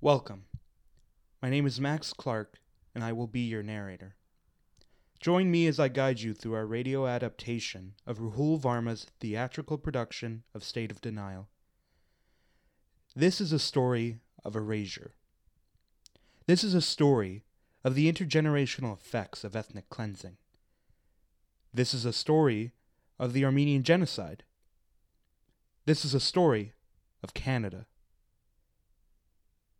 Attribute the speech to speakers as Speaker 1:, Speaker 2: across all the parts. Speaker 1: Welcome. My name is Max Clark, and I will be your narrator. Join me as I guide you through our radio adaptation of Rahul Varma's theatrical production of State of Denial. This is a story of erasure. This is a story of the intergenerational effects of ethnic cleansing. This is a story of the Armenian Genocide. This is a story of Canada.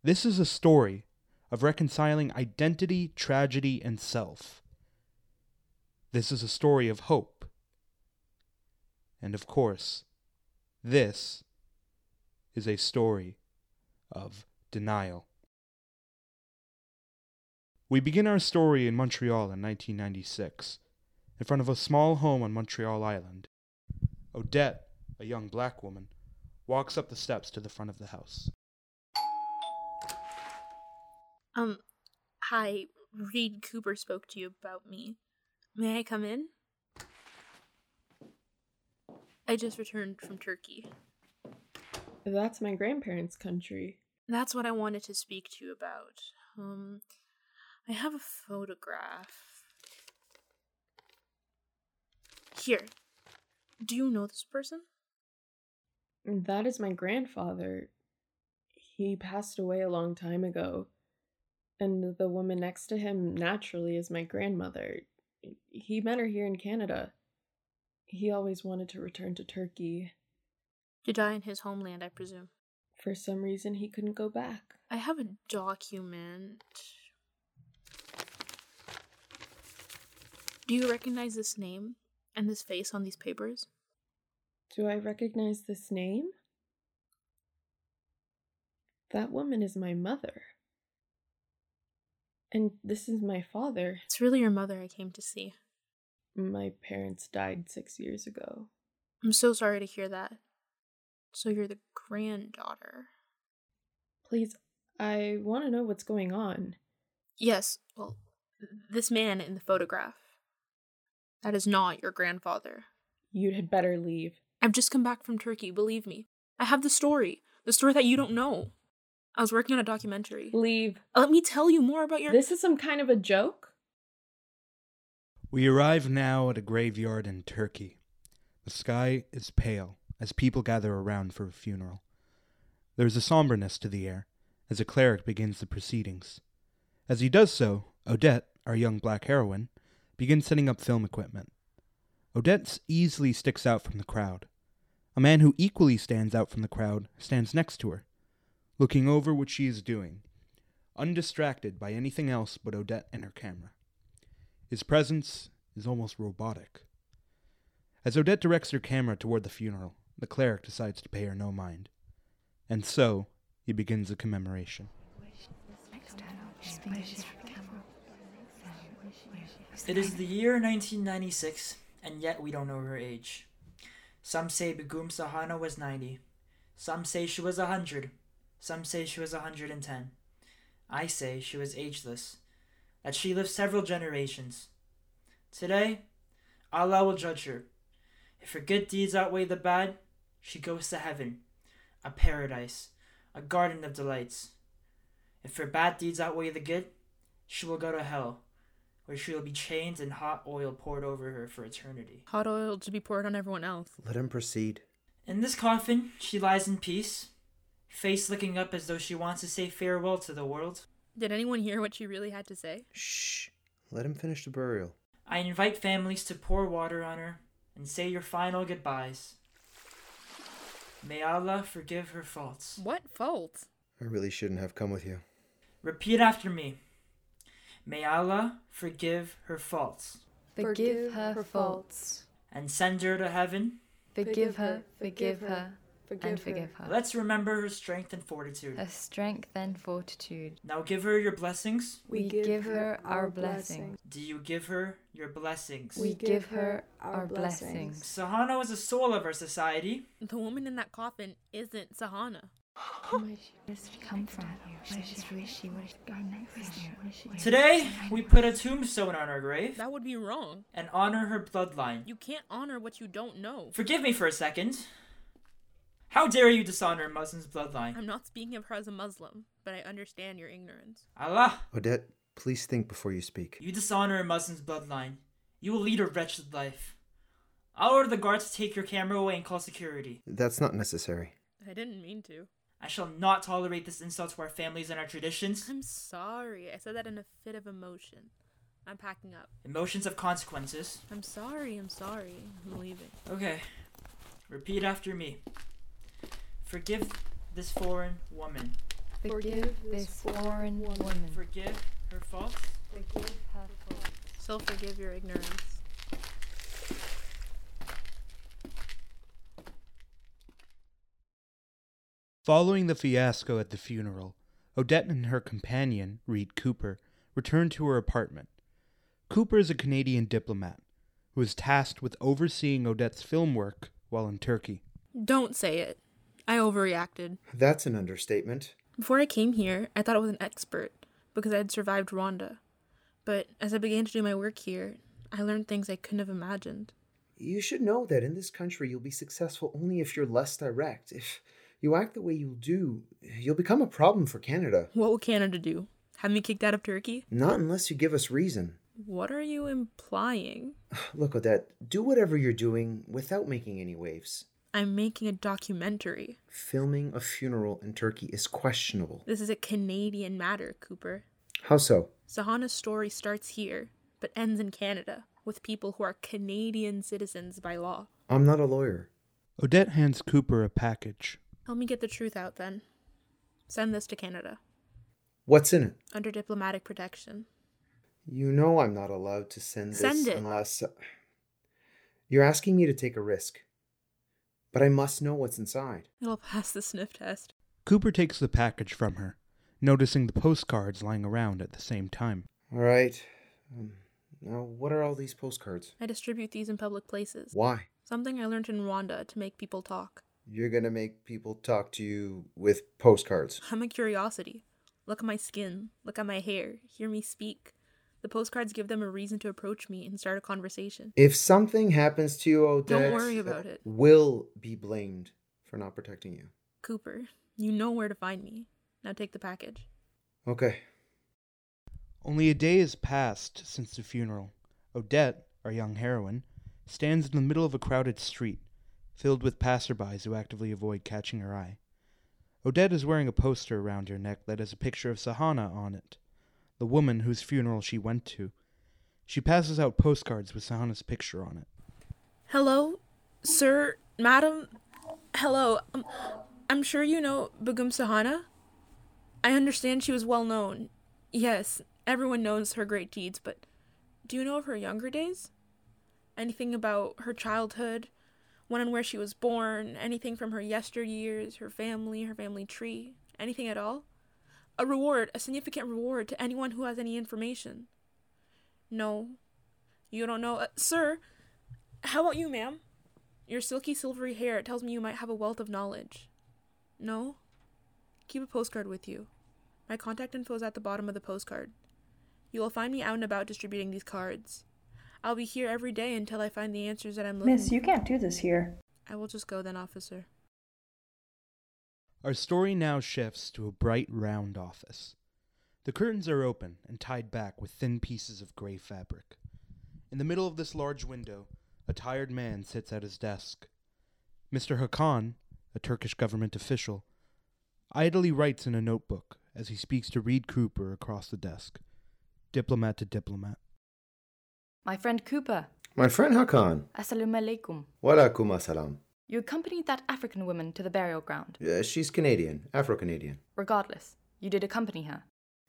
Speaker 1: This is a story of reconciling identity, tragedy, and self. This is a story of hope. And of course, this is a story of denial. We begin our story in Montreal in 1996, in front of a small home on Montreal Island. Odette, a young black woman, walks up the steps to the front of the house.
Speaker 2: Um, hi, Reed Cooper spoke to you about me. May I come in? I just returned from Turkey.
Speaker 3: That's my grandparents' country.
Speaker 2: That's what I wanted to speak to you about. Um, I have a photograph. Here. Do you know this person?
Speaker 3: That is my grandfather. He passed away a long time ago. And the woman next to him, naturally, is my grandmother. He met her here in Canada. He always wanted to return to Turkey.
Speaker 2: To die in his homeland, I presume.
Speaker 3: For some reason, he couldn't go back.
Speaker 2: I have a document. Do you recognize this name and this face on these papers?
Speaker 3: Do I recognize this name? That woman is my mother. And this is my father.
Speaker 2: It's really your mother I came to see.
Speaker 3: My parents died six years ago.
Speaker 2: I'm so sorry to hear that. So you're the granddaughter.
Speaker 3: Please, I want to know what's going on.
Speaker 2: Yes, well, this man in the photograph. That is not your grandfather.
Speaker 3: You'd had better leave.
Speaker 2: I've just come back from Turkey, believe me. I have the story. The story that you don't know. I was working on a documentary.
Speaker 3: Leave.
Speaker 2: Let me tell you more about your.
Speaker 3: This is some kind of a joke?
Speaker 1: We arrive now at a graveyard in Turkey. The sky is pale as people gather around for a funeral. There is a somberness to the air as a cleric begins the proceedings. As he does so, Odette, our young black heroine, begins setting up film equipment. Odette easily sticks out from the crowd. A man who equally stands out from the crowd stands next to her, looking over what she is doing, undistracted by anything else but Odette and her camera. His presence is almost robotic. As Odette directs her camera toward the funeral, the cleric decides to pay her no mind. And so, he begins the commemoration.
Speaker 4: It is the year 1996, and yet we don't know her age. Some say Begum Sahana was 90. Some say she was 100. Some say she was 110. I say she was ageless, that she lived several generations. Today, Allah will judge her. If her good deeds outweigh the bad, she goes to heaven, a paradise, a garden of delights. If her bad deeds outweigh the good, she will go to hell, where she will be chained and hot oil poured over her for eternity.
Speaker 2: Hot oil to be poured on everyone else.
Speaker 5: Let him proceed.
Speaker 4: In this coffin, she lies in peace, face looking up as though she wants to say farewell to the world.
Speaker 2: Did anyone hear what she really had to say?
Speaker 5: Shh. Let him finish the burial.
Speaker 4: I invite families to pour water on her and say your final goodbyes. May Allah forgive her faults.
Speaker 2: What fault?
Speaker 5: I really shouldn't have come with you.
Speaker 4: Repeat after me. May Allah forgive her faults
Speaker 6: Forgive her her faults.
Speaker 4: and send her to heaven.
Speaker 6: Forgive her, forgive her, and forgive her.
Speaker 4: Let's remember her strength and fortitude.
Speaker 6: Her strength and fortitude.
Speaker 4: Now give her your blessings.
Speaker 6: We give her our blessings.
Speaker 4: Do you give her your blessings?
Speaker 6: We give her our blessings.
Speaker 4: Sahana is the soul of our society.
Speaker 2: The woman in that coffin isn't Sahana.
Speaker 3: Oh
Speaker 6: Come from you.
Speaker 4: Today, we put a tombstone on her grave
Speaker 2: That would be wrong.
Speaker 4: and honor her bloodline.
Speaker 2: You can't honor what you don't know.
Speaker 4: Forgive me for a second. How dare you dishonor a Muslim's bloodline?
Speaker 2: I'm not speaking of her as a Muslim, but I understand your ignorance.
Speaker 4: Allah,
Speaker 5: Odette, please think before you speak.
Speaker 4: you dishonor a Muslim's bloodline. You will lead a wretched life. I'll order the guards to take your camera away and call security.
Speaker 5: That's not necessary.
Speaker 2: I didn't mean to.
Speaker 4: I shall not tolerate this insult to our families and our traditions.
Speaker 2: I'm sorry. I said that in a fit of emotion. I'm packing up.
Speaker 4: Emotions have consequences.
Speaker 2: I'm sorry. I'm sorry. I'm leaving.
Speaker 4: Okay. Repeat after me. Forgive this foreign woman.
Speaker 6: Forgive this foreign woman.
Speaker 4: Forgive her faults.
Speaker 6: Forgive her faults.
Speaker 2: Still forgive your ignorance.
Speaker 1: Following the fiasco at the funeral, Odette and her companion, Reed Cooper, returned to her apartment. Cooper is a Canadian diplomat who is tasked with overseeing Odette's film work while in Turkey.
Speaker 2: Don't say it. I overreacted.
Speaker 5: That's an understatement.
Speaker 2: Before I came here, I thought I was an expert because I had survived Rwanda. But as I began to do my work here, I learned things I couldn't have imagined.
Speaker 5: You should know that in this country you'll be successful only if you're less direct. If you act the way you do, you'll become a problem for Canada.
Speaker 2: What will Canada do? Have me kicked out of Turkey?
Speaker 5: Not unless you give us reason.
Speaker 2: What are you implying?
Speaker 5: Look, Odette, do whatever you're doing without making any waves.
Speaker 2: I'm making a documentary.
Speaker 5: Filming a funeral in Turkey is questionable.
Speaker 2: This is a Canadian matter, Cooper.
Speaker 5: How so?
Speaker 2: Sahana's story starts here, but ends in Canada, with people who are Canadian citizens by law.
Speaker 5: I'm not a lawyer.
Speaker 1: Odette hands Cooper a package.
Speaker 2: Help me get the truth out then. Send this to Canada,
Speaker 5: What's in it?
Speaker 2: under diplomatic protection.
Speaker 5: You know I'm not allowed to send this
Speaker 2: Send it.
Speaker 5: unless uh, You're asking me to take a risk. But I must know what's inside.
Speaker 2: It'll pass the sniff test.
Speaker 1: Cooper takes the package from her, noticing the postcards lying around at the same time.
Speaker 5: All right. Um, now what are all these postcards?
Speaker 2: I distribute these in public places.
Speaker 5: Why?
Speaker 2: Something I learned in Rwanda to make people talk.
Speaker 5: You're going to make people talk to you with postcards.
Speaker 2: I'm a curiosity. Look at my skin. Look at my hair. Hear me speak. The postcards give them a reason to approach me and start a conversation.
Speaker 5: If something happens to you,
Speaker 2: Don't
Speaker 5: Odette,
Speaker 2: worry about it.
Speaker 5: Will be blamed for not protecting you.
Speaker 2: Cooper, you know where to find me. Now take the package.
Speaker 5: Okay.
Speaker 1: Only a day has passed since the funeral. Odette, our young heroine, stands in the middle of a crowded street, filled with passerbys who actively avoid catching her eye. Odette is wearing a poster around her neck that has a picture of Sahana on it, the woman whose funeral she went to. She passes out postcards with Sahana's picture on it.
Speaker 2: Hello, sir, madam. Hello. Um, I'm sure you know Begum Sahana. I understand she was well known. Yes, everyone knows her great deeds, but do you know of her younger days? Anything about her childhood, when and where she was born, anything from her yesteryears, her family, her family tree, anything at all? A reward, a significant reward to anyone who has any information. No, you don't know. Uh, sir, how about you, ma'am? Your silky silvery hair tells me you might have a wealth of knowledge. No? Keep a postcard with you. My contact info is at the bottom of the postcard. You will find me out and about distributing these cards. I'll be here every day until I find the answers that I'm looking
Speaker 7: Miss, you can't do this here.
Speaker 2: I will just go then, officer.
Speaker 1: Our story now shifts to a bright, round office. The curtains are open and tied back with thin pieces of gray fabric. In the middle of this large window, a tired man sits at his desk. Mr. Hakan, a Turkish government official, idly writes in a notebook as he speaks to Reed Cooper across the desk, diplomat to diplomat.
Speaker 6: My friend Cooper.
Speaker 5: My friend Hakan.
Speaker 6: Assalamu alaikum.
Speaker 5: Walaikum assalam.
Speaker 6: You accompanied that African woman to the burial ground.
Speaker 5: Uh, she's Canadian, Afro Canadian.
Speaker 6: Regardless, you did accompany her.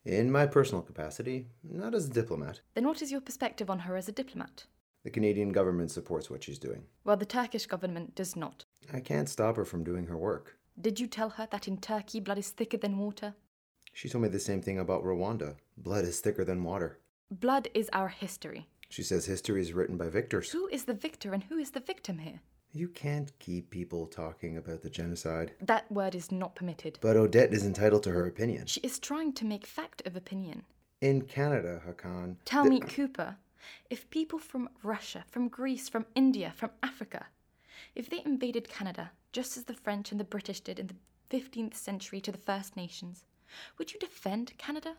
Speaker 5: In my personal capacity, not as a diplomat.
Speaker 6: Then what is your perspective on her as a diplomat?
Speaker 5: The Canadian government supports what she's doing.
Speaker 6: Well, the Turkish government does not.
Speaker 5: I can't stop her from doing her work.
Speaker 6: Did you tell her that in Turkey blood is thicker than water?
Speaker 5: She told me the same thing about Rwanda. Blood is thicker than water.
Speaker 6: Blood is our history.
Speaker 5: She says history is written by victors.
Speaker 6: Who is the victor and who is the victim here?
Speaker 5: You can't keep people talking about the genocide.
Speaker 6: That word is not permitted.
Speaker 5: But Odette is entitled to her opinion.
Speaker 6: She is trying to make fact of opinion.
Speaker 5: In Canada, Hakan.
Speaker 6: Tell
Speaker 5: the-
Speaker 6: me, Cooper, if people from Russia, from Greece, from India, from Africa, if they invaded Canada, just as the French and the British did in the 15th century to the First Nations? Would you defend Canada?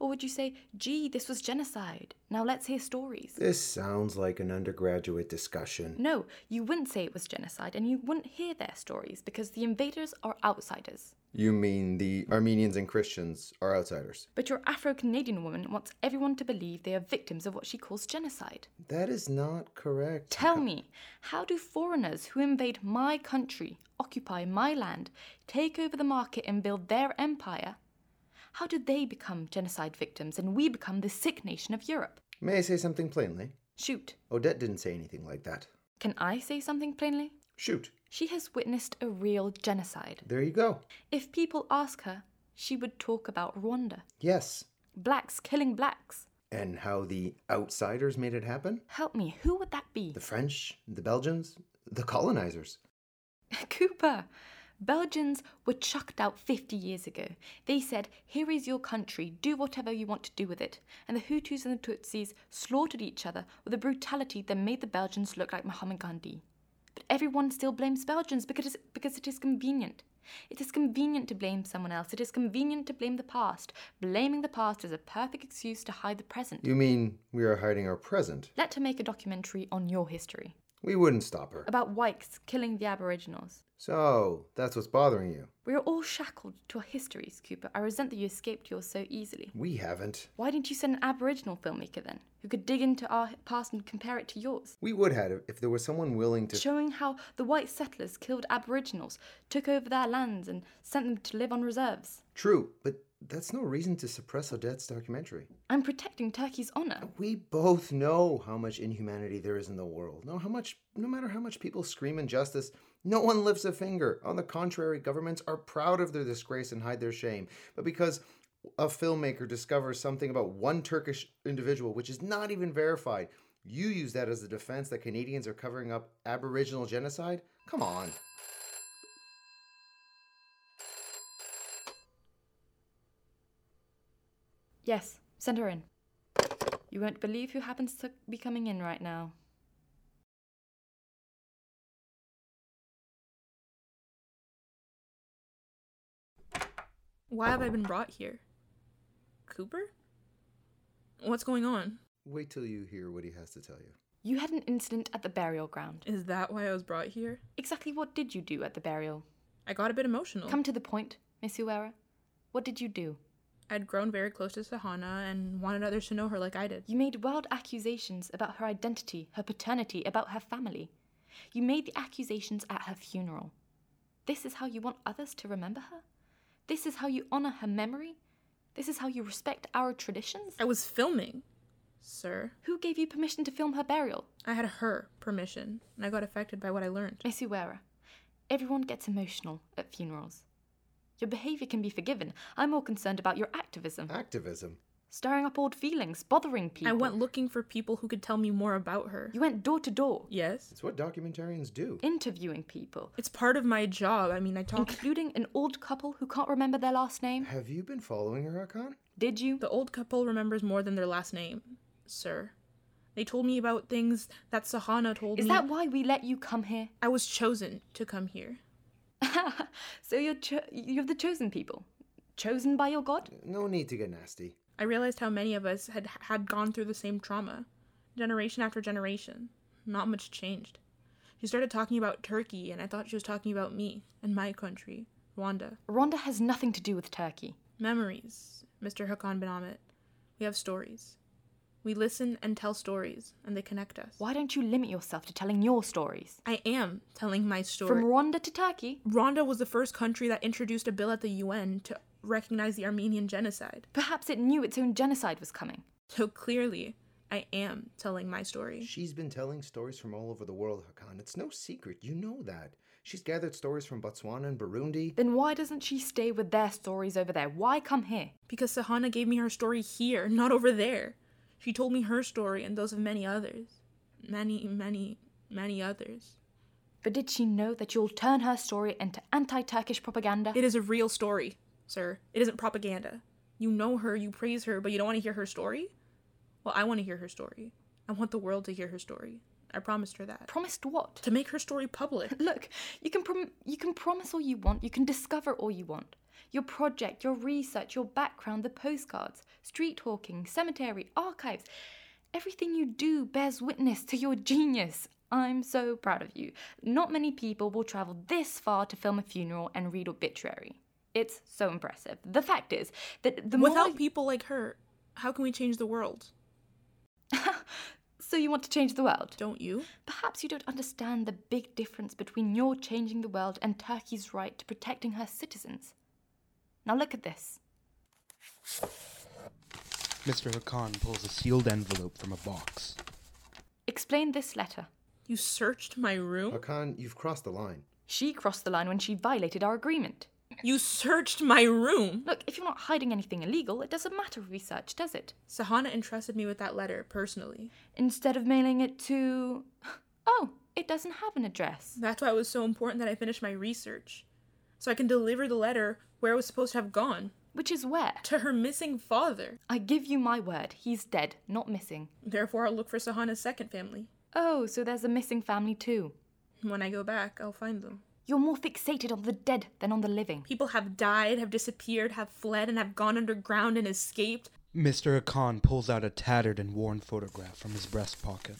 Speaker 6: Or would you say, gee, this was genocide? Now let's hear stories?
Speaker 5: This sounds like an undergraduate discussion.
Speaker 6: No, you wouldn't say it was genocide and you wouldn't hear their stories because the invaders are outsiders.
Speaker 5: You mean the Armenians and Christians are outsiders?
Speaker 6: But your Afro Canadian woman wants everyone to believe they are victims of what she calls genocide.
Speaker 5: That is not correct.
Speaker 6: Tell me, how do foreigners who invade my country, occupy my land, take over the market and build their empire? How do they become genocide victims and we become the sick nation of Europe?
Speaker 5: May I say something plainly?
Speaker 6: Shoot.
Speaker 5: Odette didn't say anything like that.
Speaker 6: Can I say something plainly?
Speaker 5: Shoot.
Speaker 6: She has witnessed a real genocide.
Speaker 5: There you go.
Speaker 6: If people ask her, she would talk about Rwanda,
Speaker 5: Yes.
Speaker 6: blacks killing blacks.
Speaker 5: And how the outsiders made it happen?
Speaker 6: Help me, who would that be?
Speaker 5: The French, the Belgians, the colonizers.
Speaker 6: Cooper! Belgians were chucked out 50 years ago. They said, Here is your country, do whatever you want to do with it. And the Hutus and the Tutsis slaughtered each other with a brutality that made the Belgians look like Mohammed Gandhi. But everyone still blames Belgians because, it's- because it is convenient. It is convenient to blame someone else. It is convenient to blame the past. Blaming the past is a perfect excuse to hide the present.
Speaker 5: You mean we are hiding our present?
Speaker 6: Let her make a documentary on your history
Speaker 5: We wouldn't stop her.
Speaker 6: about Wykes killing the Aboriginals.
Speaker 5: So, that's what's bothering you.
Speaker 6: We are all shackled to our histories, Cooper. I resent that you escaped yours so easily.
Speaker 5: We haven't.
Speaker 6: Why didn't you send an Aboriginal filmmaker then, who could dig into our past and compare it to yours?
Speaker 5: We would have if there was someone willing to.
Speaker 6: Showing how the white settlers killed Aboriginals, took over their lands, and sent them to live on reserves.
Speaker 5: True, but that's no reason to suppress Odette's documentary.
Speaker 6: I'm protecting Turkey's honour.
Speaker 5: We both know how much inhumanity there is in the world. No, how much, no matter how much people scream injustice, no one lifts a finger. On the contrary, governments are proud of their disgrace and hide their shame. But because a filmmaker discovers something about one Turkish individual which is not even verified, you use that as a defense that Canadians are covering up Aboriginal genocide? Come on.
Speaker 6: Yes, send her in. You won't believe who happens to be coming in right now.
Speaker 2: Why have I been brought here? Cooper? What's going on?
Speaker 5: Wait till you hear what he has to tell you.
Speaker 6: You had an incident at the burial ground.
Speaker 2: Is that why I was brought here?
Speaker 6: Exactly what did you do at the burial?
Speaker 2: I got a bit emotional.
Speaker 6: Come to the point, Miss Uwera. What did you do?
Speaker 2: I'd grown very close to Sahana and wanted others to know her like I did.
Speaker 6: You made wild accusations about her identity, her paternity, about her family. You made the accusations at her funeral. This is how you want others to remember her? This is how you honor her memory? This is how you respect our traditions?
Speaker 2: I was filming, sir.
Speaker 6: Who gave you permission to film her burial?
Speaker 2: I had her permission, and I got affected by what I learned.
Speaker 6: Miss Uwera, everyone gets emotional at funerals. Your behavior can be forgiven. I'm more concerned about your activism.
Speaker 5: Activism.
Speaker 6: Stirring up old feelings, bothering people.
Speaker 2: I went looking for people who could tell me more about her.
Speaker 6: You went door to door,
Speaker 2: yes?
Speaker 5: It's what documentarians do.
Speaker 6: interviewing people,
Speaker 2: It's part of my job. I mean, I talk.
Speaker 6: including an old couple who can't remember their last name.
Speaker 5: Have you been following her, Hakan?
Speaker 6: Did you?
Speaker 2: The old couple remembers more than their last name, sir. They told me about things that Sahana told
Speaker 6: Is
Speaker 2: me.
Speaker 6: that why we let you come here?
Speaker 2: I was chosen to come here.
Speaker 6: so you're cho- you're the chosen people, chosen by your God.
Speaker 5: No need to get nasty.
Speaker 2: I realized how many of us had had gone through the same trauma, generation after generation. Not much changed. She started talking about Turkey, and I thought she was talking about me and my country, Rwanda.
Speaker 6: Rwanda has nothing to do with Turkey.
Speaker 2: Memories, Mr. Hakan Ben Ahmet. We have stories. We listen and tell stories, and they connect us.
Speaker 6: Why don't you limit yourself to telling your stories?
Speaker 2: I am telling my story.
Speaker 6: From Rwanda to Turkey,
Speaker 2: Rwanda was the first country that introduced a bill at the UN to recognize the Armenian genocide.
Speaker 6: perhaps it knew its own genocide was coming.
Speaker 2: So clearly, I am telling my story.
Speaker 5: She's been telling stories from all over the world, Hakan. It's no secret. You know that. She's gathered stories from Botswana and Burundi.
Speaker 6: Then why doesn't she stay with their stories over there? Why come here?
Speaker 2: Because Sahana gave me her story here, not over there. She told me her story and those of many others. Many, many, many others.
Speaker 6: But did she know that you'll turn her story into anti-Turkish propaganda?
Speaker 2: It is a real story, sir. It isn't propaganda. You know her, you praise her, but you don't want to hear her story? Well, I want to hear her story. I want the world to hear her story. I promised her that.
Speaker 6: Promised what?
Speaker 2: to make her story public.
Speaker 6: Look, you can prom- you can promise all you want, you can discover all you want. Your project, your research, your background, the postcards, street hawking, cemetery, archives. Everything you do bears witness to your genius. I'm so proud of you. Not many people will travel this far to film a funeral and read obituary. It's so impressive. The fact is that the
Speaker 2: Without
Speaker 6: more
Speaker 2: people like her, how can we change the world?
Speaker 6: so you want to change the world.
Speaker 2: Don't you?
Speaker 6: Perhaps you don't understand the big difference between your changing the world and Turkey's right to protecting her citizens. Now look at this.
Speaker 1: Mr. Hakan pulls a sealed envelope from a box.
Speaker 6: Explain this letter.
Speaker 2: You searched my room?
Speaker 5: Hakan, you've crossed the line.
Speaker 6: She crossed the line when she violated our agreement.
Speaker 2: You searched my room!
Speaker 6: Look, if you're not hiding anything illegal, it doesn't matter research, does it?
Speaker 2: Sahana entrusted me with that letter personally.
Speaker 6: Instead of mailing it to. Oh, it doesn't have an address.
Speaker 2: That's why it was so important that I finished my research. So I can deliver the letter where it was supposed to have gone
Speaker 6: Which is where?
Speaker 2: to her missing father.
Speaker 6: I give you my word, he's dead, not missing.
Speaker 2: Therefore, I'll look for Sahana's second family.
Speaker 6: Oh, so there's a missing family too.
Speaker 2: When I go back, I'll find them.
Speaker 6: You're more fixated on the dead than on the living.
Speaker 2: People have died, have disappeared, have fled, and have gone underground and escaped.
Speaker 1: Mr. Hakan pulls out a tattered and worn photograph from his breast pocket.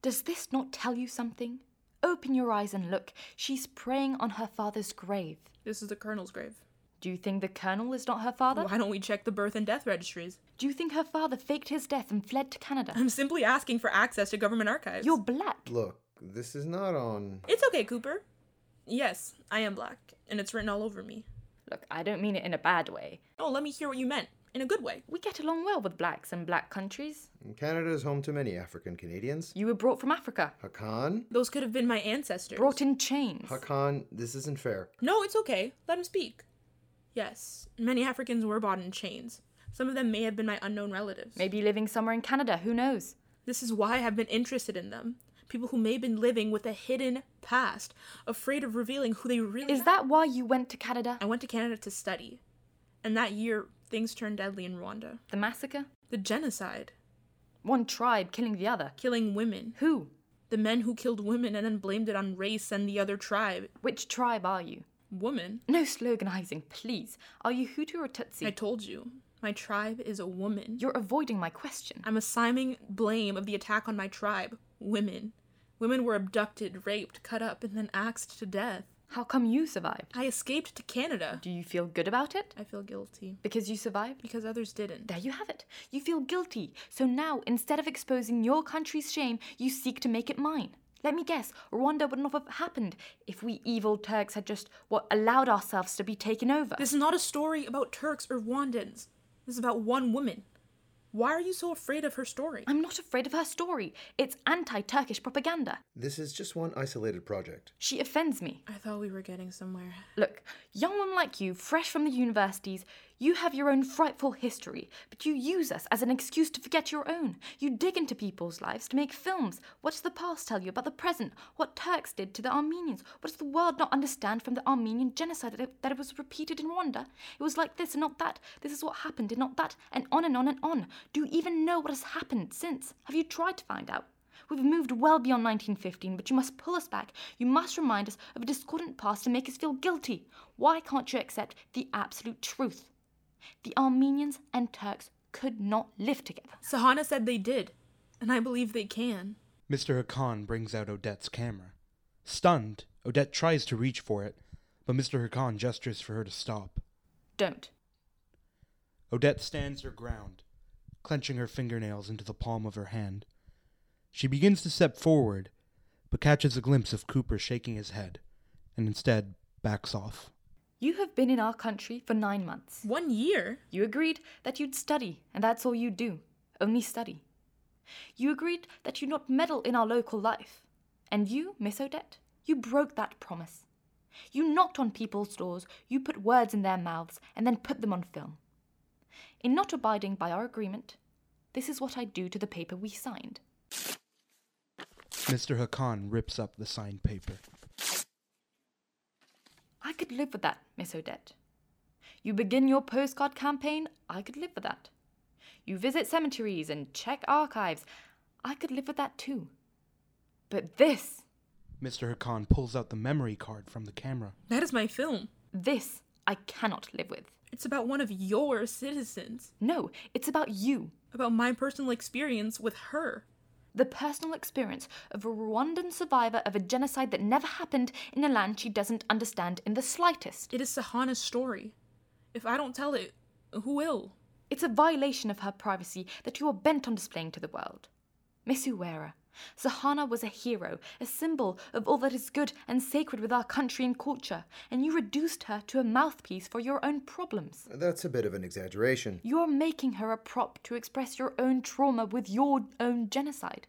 Speaker 6: Does this not tell you something? Open your eyes and look. She's praying on her father's grave.
Speaker 2: This is the Colonel's grave.
Speaker 6: Do you think the colonel is not her father?
Speaker 2: Why don't we check the birth and death registries?
Speaker 6: Do you think her father faked his death and fled to Canada?
Speaker 2: I'm simply asking for access to government archives.
Speaker 6: You're black.
Speaker 5: Look, this is not on.
Speaker 2: It's okay, Cooper. Yes, I am black, and it's written all over me.
Speaker 6: Look, I don't mean it in a bad way.
Speaker 2: Oh, let me hear what you meant, in a good way.
Speaker 6: We get along well with blacks and black countries.
Speaker 5: Canada is home to many African Canadians.
Speaker 6: You were brought from Africa,
Speaker 5: Hakan?
Speaker 2: Those could have been my ancestors.
Speaker 6: brought in chains.
Speaker 5: Hakan, this isn't fair.
Speaker 2: No, it's okay. Let him speak. Yes, many Africans were bought in chains. Some of them may have been my unknown relatives.
Speaker 6: Maybe living somewhere in Canada, who knows?
Speaker 2: This is why I've been interested in them. People who may have been living with a hidden past, afraid of revealing who they really
Speaker 6: Is that why you went to Canada?
Speaker 2: I went to Canada to study. And that year, things turned deadly in Rwanda.
Speaker 6: The massacre?
Speaker 2: The genocide,
Speaker 6: One tribe killing the other.
Speaker 2: killing women,
Speaker 6: Who?
Speaker 2: the men who killed women and then blamed it on race and the other tribe.
Speaker 6: Which tribe are you?
Speaker 2: Woman?
Speaker 6: No sloganizing, please. Are you Hutu or Tutsi?
Speaker 2: I told you, my tribe is a woman.
Speaker 6: You're avoiding my question.
Speaker 2: I'm assigning blame of the attack on my tribe, women. Women were abducted, raped, cut up, and then axed to death.
Speaker 6: How come you survived?
Speaker 2: I escaped to Canada.
Speaker 6: Do you feel good about it?
Speaker 2: I feel guilty
Speaker 6: Because you survived?
Speaker 2: because others didn't.
Speaker 6: There you have it. You feel guilty. So now, instead of exposing your country's shame, you seek to make it mine. Let me guess, Rwanda would not have happened if we evil Turks had just, what, allowed ourselves to be taken over.
Speaker 2: This is not a story about Turks or Rwandans. This is about one woman. Why are you so afraid of her story?
Speaker 6: I'm not afraid of her story. It's anti Turkish propaganda.
Speaker 5: This is just one isolated project.
Speaker 6: She offends me.
Speaker 2: I thought we were getting somewhere.
Speaker 6: Look, young one like you, fresh from the universities, you have your own frightful history, but you use us as an excuse to forget your own. You dig into people's lives to make films. What does the past tell you about the present? What Turks did to the Armenians? What does the world not understand from the Armenian genocide that it, that it was repeated in Rwanda? It was like this and not that. This is what happened and not that, and on and on and on. Do you even know what has happened since? Have you tried to find out? We've moved well beyond 1915, but you must pull us back. You must remind us of a discordant past and make us feel guilty. Why can't you accept the absolute truth? The Armenians and Turks could not live together.
Speaker 2: Sahana said they did, and I believe they can.
Speaker 1: Mr. Hakan brings out Odette's camera. Stunned, Odette tries to reach for it, but Mr. Hakan gestures for her to stop.
Speaker 6: Don't.
Speaker 1: Odette stands her ground, clenching her fingernails into the palm of her hand. She begins to step forward, but catches a glimpse of Cooper shaking his head, and instead backs off.
Speaker 6: You have been in our country for nine months.
Speaker 2: One year?
Speaker 6: You agreed that you'd study, and that's all you do only study. You agreed that you'd not meddle in our local life. And you, Miss Odette, you broke that promise. You knocked on people's doors, you put words in their mouths, and then put them on film. In not abiding by our agreement, this is what I do to the paper we signed.
Speaker 1: Mr. Hakan rips up the signed paper.
Speaker 6: I could live with that, Miss Odette. You begin your postcard campaign, I could live with that. You visit cemeteries and check archives, I could live with that too. But this,
Speaker 1: Mr. Hakan pulls out the memory card from the camera.
Speaker 2: That is my film.
Speaker 6: this I cannot live with.
Speaker 2: It's about one of your citizens,
Speaker 6: No, it's about you.
Speaker 2: about my personal experience with her.
Speaker 6: The personal experience of a Rwandan survivor of a genocide that never happened in a land she doesn't understand in the slightest.
Speaker 2: It is Sahana's story. If I don't tell it, who will?
Speaker 6: It's a violation of her privacy that you are bent on displaying to the world. Miss Uwera, Sahana was a hero, a symbol of all that is good and sacred with our country and culture, and you reduced her to a mouthpiece for your own problems.
Speaker 5: That's a bit of an exaggeration.
Speaker 6: You're making her a prop to express your own trauma with your own genocide.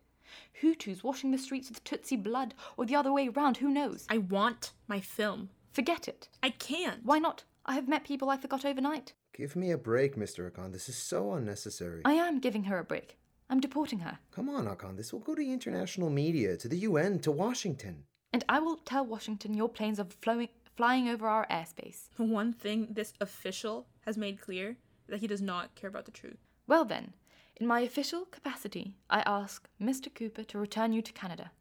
Speaker 6: Hutus washing the streets with Tutsi blood, or the other way round, who knows?
Speaker 2: I want my film.
Speaker 6: Forget it.
Speaker 2: I can't.
Speaker 6: Why not? I have met people I forgot overnight.
Speaker 5: Give me a break, Mr. Akan. This is so unnecessary.
Speaker 6: I am giving her a break. I'm deporting her.
Speaker 5: Come on, Akan. This will go to international media, to the UN, to Washington.
Speaker 6: And I will tell Washington your planes are flowing, flying over our airspace.
Speaker 2: The one thing this official has made clear is that he does not care about the truth.
Speaker 6: Well then, in my official capacity, I ask Mr. Cooper to return you to Canada.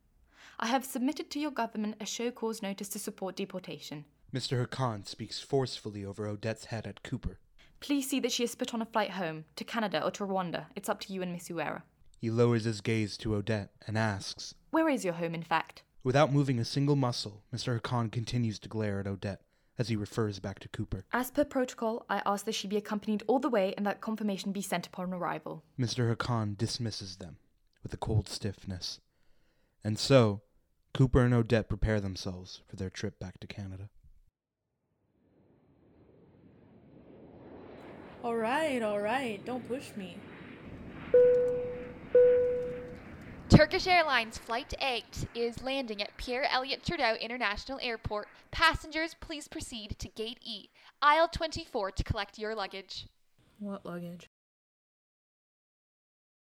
Speaker 6: I have submitted to your government a show cause notice to support deportation.
Speaker 1: Mr. Hakan speaks forcefully over Odette's head at Cooper.
Speaker 6: Please see that she is put on a flight home to Canada or to Rwanda. It's up to you and Miss Uwera.
Speaker 1: He lowers his gaze to Odette and asks.
Speaker 6: Where is your home, in fact?
Speaker 1: Without moving a single muscle, Mr. Hakan continues to glare at Odette as he refers back to Cooper.
Speaker 6: As per protocol, I ask that she be accompanied all the way and that confirmation be sent upon arrival.
Speaker 1: Mr. Hakan dismisses them with a cold stiffness. And so, Cooper and Odette prepare themselves for their trip back to Canada.
Speaker 2: All right, all right. Don't push me.
Speaker 7: Turkish Airlines Flight 8 is landing at Pierre Elliott Trudeau International Airport. Passengers, please proceed to Gate E, aisle 24 to collect your luggage.
Speaker 2: What luggage?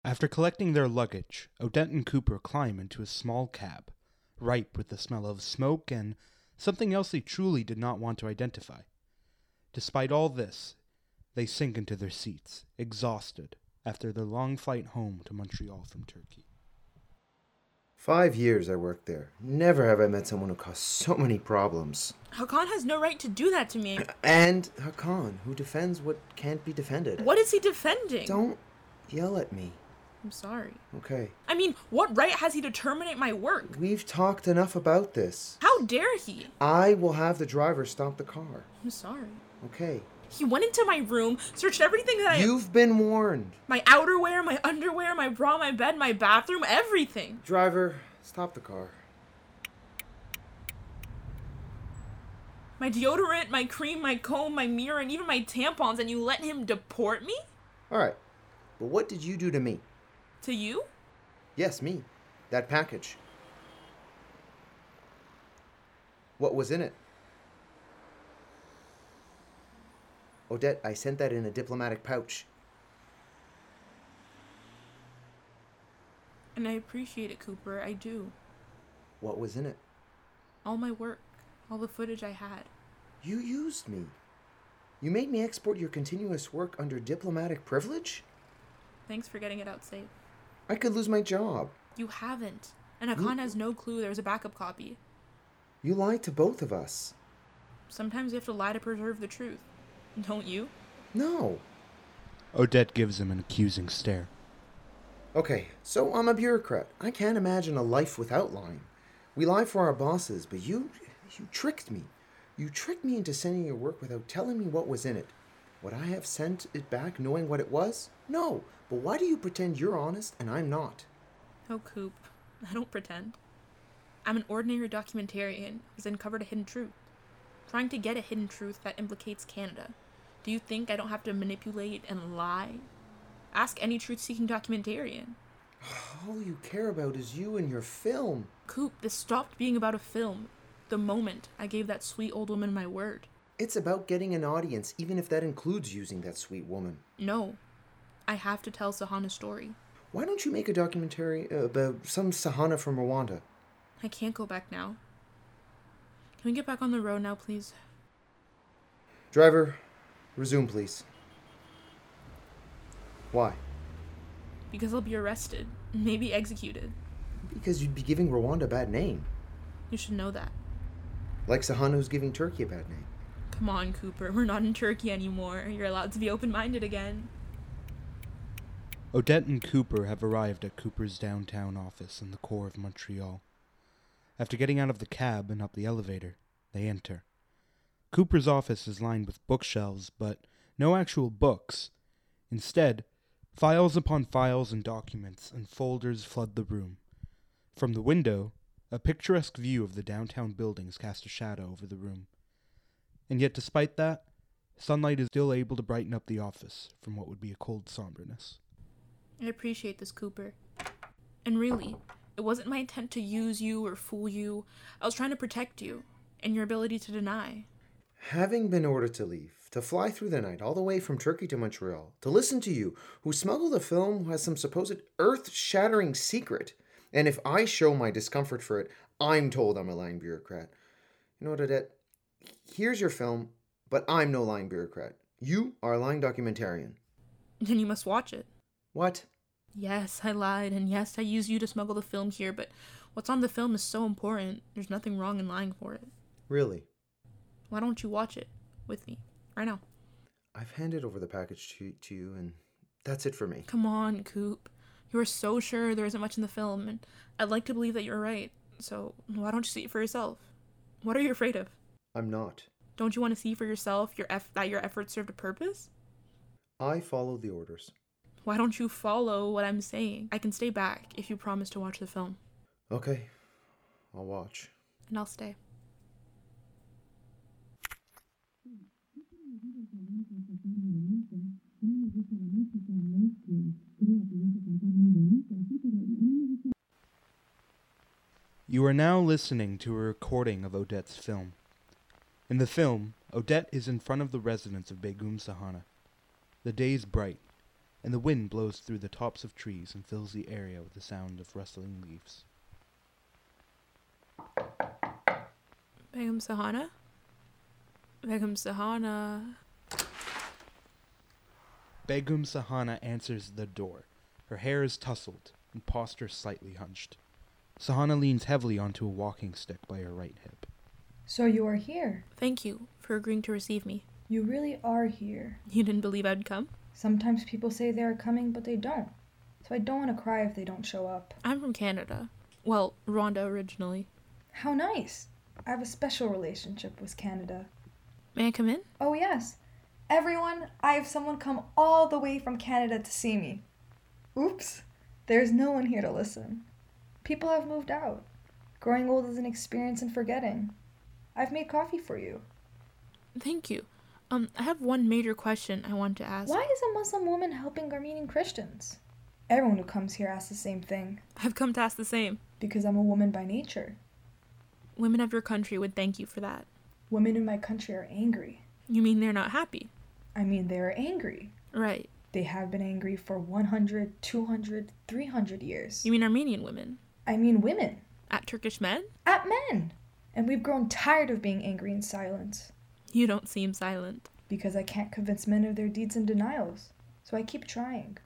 Speaker 1: After collecting their luggage, Odette and Cooper climb into a small cab, ripe with the smell of smoke and something else they truly did not want to identify. Despite all this, they sink into their seats, exhausted, after their long flight home to Montreal from Turkey.
Speaker 5: Five years I worked there. Never have I met someone who caused so many problems.
Speaker 2: Hakan has no right to do that to me.
Speaker 5: And Hakan, who defends what can't be defended.
Speaker 2: What is he defending?
Speaker 5: Don't yell at me.
Speaker 2: I'm sorry.
Speaker 5: Okay.
Speaker 2: I mean, what right has he to terminate my work?
Speaker 5: We've talked enough about this.
Speaker 2: How dare he?
Speaker 5: I will have the driver stop the car.
Speaker 2: I'm sorry.
Speaker 5: Okay.
Speaker 2: He went into my room, searched everything that I
Speaker 5: You've been warned.
Speaker 2: my outerwear, my underwear, my bra, my bed, my bathroom, everything.
Speaker 5: Driver, stop the car.
Speaker 2: My deodorant, my cream, my comb, my mirror, and even my tampons, and you let him deport me?
Speaker 5: All right. But what did you do to me?
Speaker 2: To you?
Speaker 5: Yes, me. That package. What was in it? Odette, I sent that in a diplomatic pouch.
Speaker 2: And I appreciate it, Cooper. I do.
Speaker 5: What was in it?
Speaker 2: All my work, all the footage I had.
Speaker 5: You used me. You made me export your continuous work under diplomatic privilege?
Speaker 2: Thanks for getting it out safe.
Speaker 5: I could lose my job.
Speaker 2: You haven't. And Hakan has no clue there's a backup copy.
Speaker 5: You lied to both of us.
Speaker 2: Sometimes you have to lie to preserve the truth. Don't you?
Speaker 5: No.
Speaker 1: Odette gives him an accusing stare.
Speaker 5: Okay, so I'm a bureaucrat. I can't imagine a life without lying. We lie for our bosses, but you you tricked me. You tricked me into sending your work without telling me what was in it. Would I have sent it back knowing what it was? No. But why do you pretend you're honest and I'm not?
Speaker 2: Oh, Coop. I don't pretend. I'm an ordinary documentarian who's uncovered a hidden truth. Trying to get a hidden truth that implicates Canada. Do you think I don't have to manipulate and lie? Ask any truth seeking documentarian.
Speaker 5: All you care about is you and your film.
Speaker 2: Coop, this stopped being about a film the moment I gave that sweet old woman my word.
Speaker 5: It's about getting an audience, even if that includes using that sweet woman.
Speaker 2: No, I have to tell Sahana's story.
Speaker 5: Why don't you make a documentary uh, about some Sahana from Rwanda?
Speaker 2: I can't go back now. Can we get back on the road now, please?
Speaker 5: Driver, resume, please. Why?
Speaker 2: Because I'll be arrested, maybe executed.
Speaker 5: Because you'd be giving Rwanda a bad name,
Speaker 2: You should know that.
Speaker 5: like Sahano's giving Turkey a bad name.
Speaker 2: Come on, Cooper. We're not in Turkey anymore. You're allowed to be open minded again.
Speaker 1: Odette and Cooper have arrived at Cooper's downtown office in the core of Montreal. After getting out of the cab and up the elevator, they enter. Cooper's office is lined with bookshelves, but no actual books. Instead, files upon files and documents and folders flood the room. From the window, a picturesque view of the downtown buildings casts a shadow over the room. And yet, despite that, sunlight is still able to brighten up the office from what would be a cold somberness.
Speaker 2: I appreciate this, Cooper. And really, it wasn't my intent to use you or fool you. I was trying to protect you and your ability to deny.
Speaker 5: Having been ordered to leave, to fly through the night all the way from Turkey to Montreal, to listen to you, who smuggled a film who has some supposed earth shattering secret, and if I show my discomfort for it, I'm told I'm a lying bureaucrat. You know what, Odette? Here's your film, but I'm no lying bureaucrat. You are a lying documentarian.
Speaker 2: Then you must watch it.
Speaker 5: What?
Speaker 2: Yes, I lied, and yes, I used you to smuggle the film here, but what's on the film is so important. There's nothing wrong in lying for it.
Speaker 5: Really?
Speaker 2: Why don't you watch it with me right now?
Speaker 5: I've handed over the package to, to you, and that's it for me.
Speaker 2: Come on, Coop. You are so sure there isn't much in the film, and I'd like to believe that you're right. So why don't you see it for yourself? What are you afraid of?
Speaker 5: I'm not.
Speaker 2: Don't you want to see for yourself your eff- that your efforts served a purpose?
Speaker 5: I follow the orders.
Speaker 2: Why don't you follow what I'm saying? I can stay back if you promise to watch the film,
Speaker 5: Okay, I'll watch.
Speaker 2: and I'll stay.
Speaker 1: You are now listening to a recording of Odette's film. In the film, Odette is in front of the residence of Begum Sahana. The day is bright, and the wind blows through the tops of trees and fills the area with the sound of rustling leaves.
Speaker 2: Begum Sahana? Begum Sahana.
Speaker 1: Begum Sahana answers the door. Her hair is tousled and posture slightly hunched. Sahana leans heavily onto a walking stick by her right hip.
Speaker 8: So you are here.
Speaker 2: Thank you for agreeing to receive me.
Speaker 8: You really are here.
Speaker 2: You didn't believe I'd come?
Speaker 8: Sometimes people say they are coming, but they don't. So I don't want to cry if they don't show up.
Speaker 2: I'm from Canada. Well, Rwanda originally.
Speaker 8: How nice! I have a special relationship with Canada.
Speaker 2: May I come in?
Speaker 8: Oh, yes. Everyone, I have someone come all the way from Canada to see me. Oops, there's no one here to listen. People have moved out. Growing old is an experience in forgetting. I've made coffee for you.
Speaker 2: Thank you. Um, I have one major question I want to ask.
Speaker 8: Why is a Muslim woman helping Armenian Christians? Everyone who comes here asks the same thing
Speaker 2: I've come to ask the same.
Speaker 8: because I'm a woman by nature.
Speaker 2: Women of your country would thank you for that.
Speaker 8: Women in my country are angry.
Speaker 2: You mean they're not happy?
Speaker 8: I mean, they are angry.
Speaker 2: Right.
Speaker 8: They have been angry for 100, 200, 300 years.
Speaker 2: You mean Armenian women?
Speaker 8: I mean, women
Speaker 2: At Turkish men?
Speaker 8: at men. And we've grown tired of being angry in silence
Speaker 2: You don't seem silent.
Speaker 8: because I can't convince men of their deeds and denials. So I keep trying.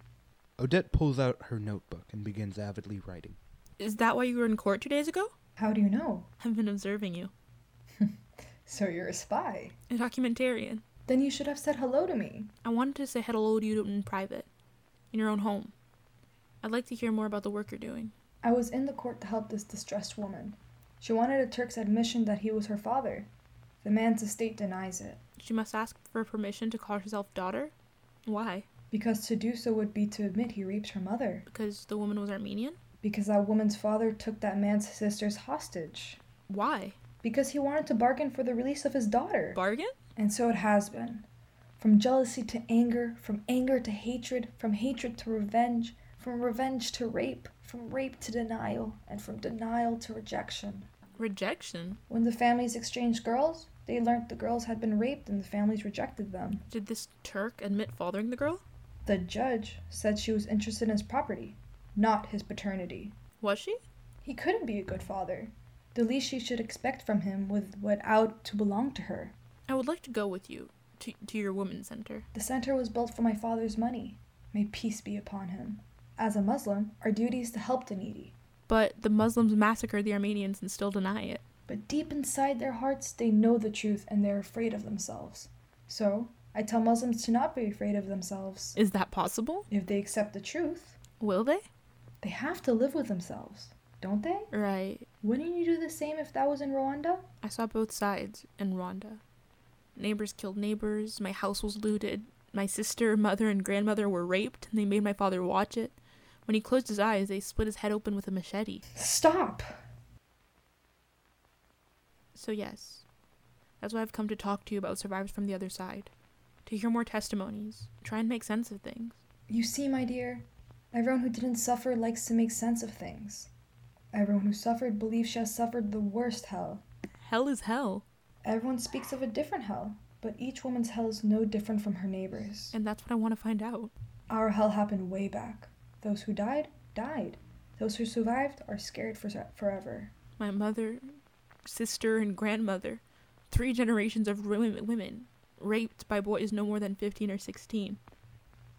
Speaker 1: Odette pulls out her notebook and begins avidly writing.
Speaker 2: Is that why you were in court two days ago?
Speaker 8: How do you know?
Speaker 2: I've been observing you.
Speaker 8: So you're a spy.
Speaker 2: A documentarian.
Speaker 8: Then you should have said hello to me.
Speaker 2: I wanted to say hello to you in private, in your own home. I'd like to hear more about the work you're doing.
Speaker 8: I was in the court to help this distressed woman. She wanted a Turk's admission that he was her father. The man's estate denies it.
Speaker 2: She must ask for permission to call herself daughter? Why?
Speaker 8: Because to do so would be to admit he raped her mother.
Speaker 2: Because the woman was Armenian?
Speaker 8: Because that woman's father took that man's sisters hostage.
Speaker 2: Why?
Speaker 8: Because he wanted to bargain for the release of his daughter.
Speaker 2: Bargain?
Speaker 8: and so it has been. From jealousy to anger, from anger to hatred, from hatred to revenge, from revenge to rape, from rape to denial, and from denial to rejection.
Speaker 2: Rejection?
Speaker 8: When the families exchanged girls, they learnt the girls had been raped and the families rejected them.
Speaker 2: Did this Turk admit fathering the girl?
Speaker 8: The judge said she was interested in his property, not his paternity.
Speaker 2: Was she?
Speaker 8: He couldn't be a good father. The least she should expect from him was what out to belong to her.
Speaker 2: I would like to go with you to, to your women's center.
Speaker 8: The center was built for my father's money. May peace be upon him. As a Muslim, our duty is to help the needy.
Speaker 2: but the Muslims massacred the Armenians and still deny it.
Speaker 8: But deep inside their hearts, they know the truth and they're afraid of themselves. So, I tell Muslims to not be afraid of themselves.
Speaker 2: Is that possible?
Speaker 8: If they accept the truth,
Speaker 2: Will they?
Speaker 8: they have to live with themselves, don't they?
Speaker 2: Right.
Speaker 8: Wouldn't you do the same if that was in Rwanda?
Speaker 2: I saw both sides in Rwanda. Neighbors killed neighbors, my house was looted, my sister, mother, and grandmother were raped, and they made my father watch it. When he closed his eyes, they split his head open with a machete.
Speaker 8: Stop!
Speaker 2: So, yes, that's why I've come to talk to you about survivors from the other side. To hear more testimonies, try and make sense of things.
Speaker 8: You see, my dear, everyone who didn't suffer likes to make sense of things. Everyone who suffered believes she has suffered the worst hell.
Speaker 2: Hell is hell,
Speaker 8: Everyone speaks of a different hell, but each woman's hell is no different from her neighbor's.
Speaker 2: and that's what I want to find out.
Speaker 8: Our hell happened way back. Those who died, died. Those who survived are scared for forever.
Speaker 2: My mother, sister, and grandmother, three generations of ruined women, raped by boys no more than 15 or 16.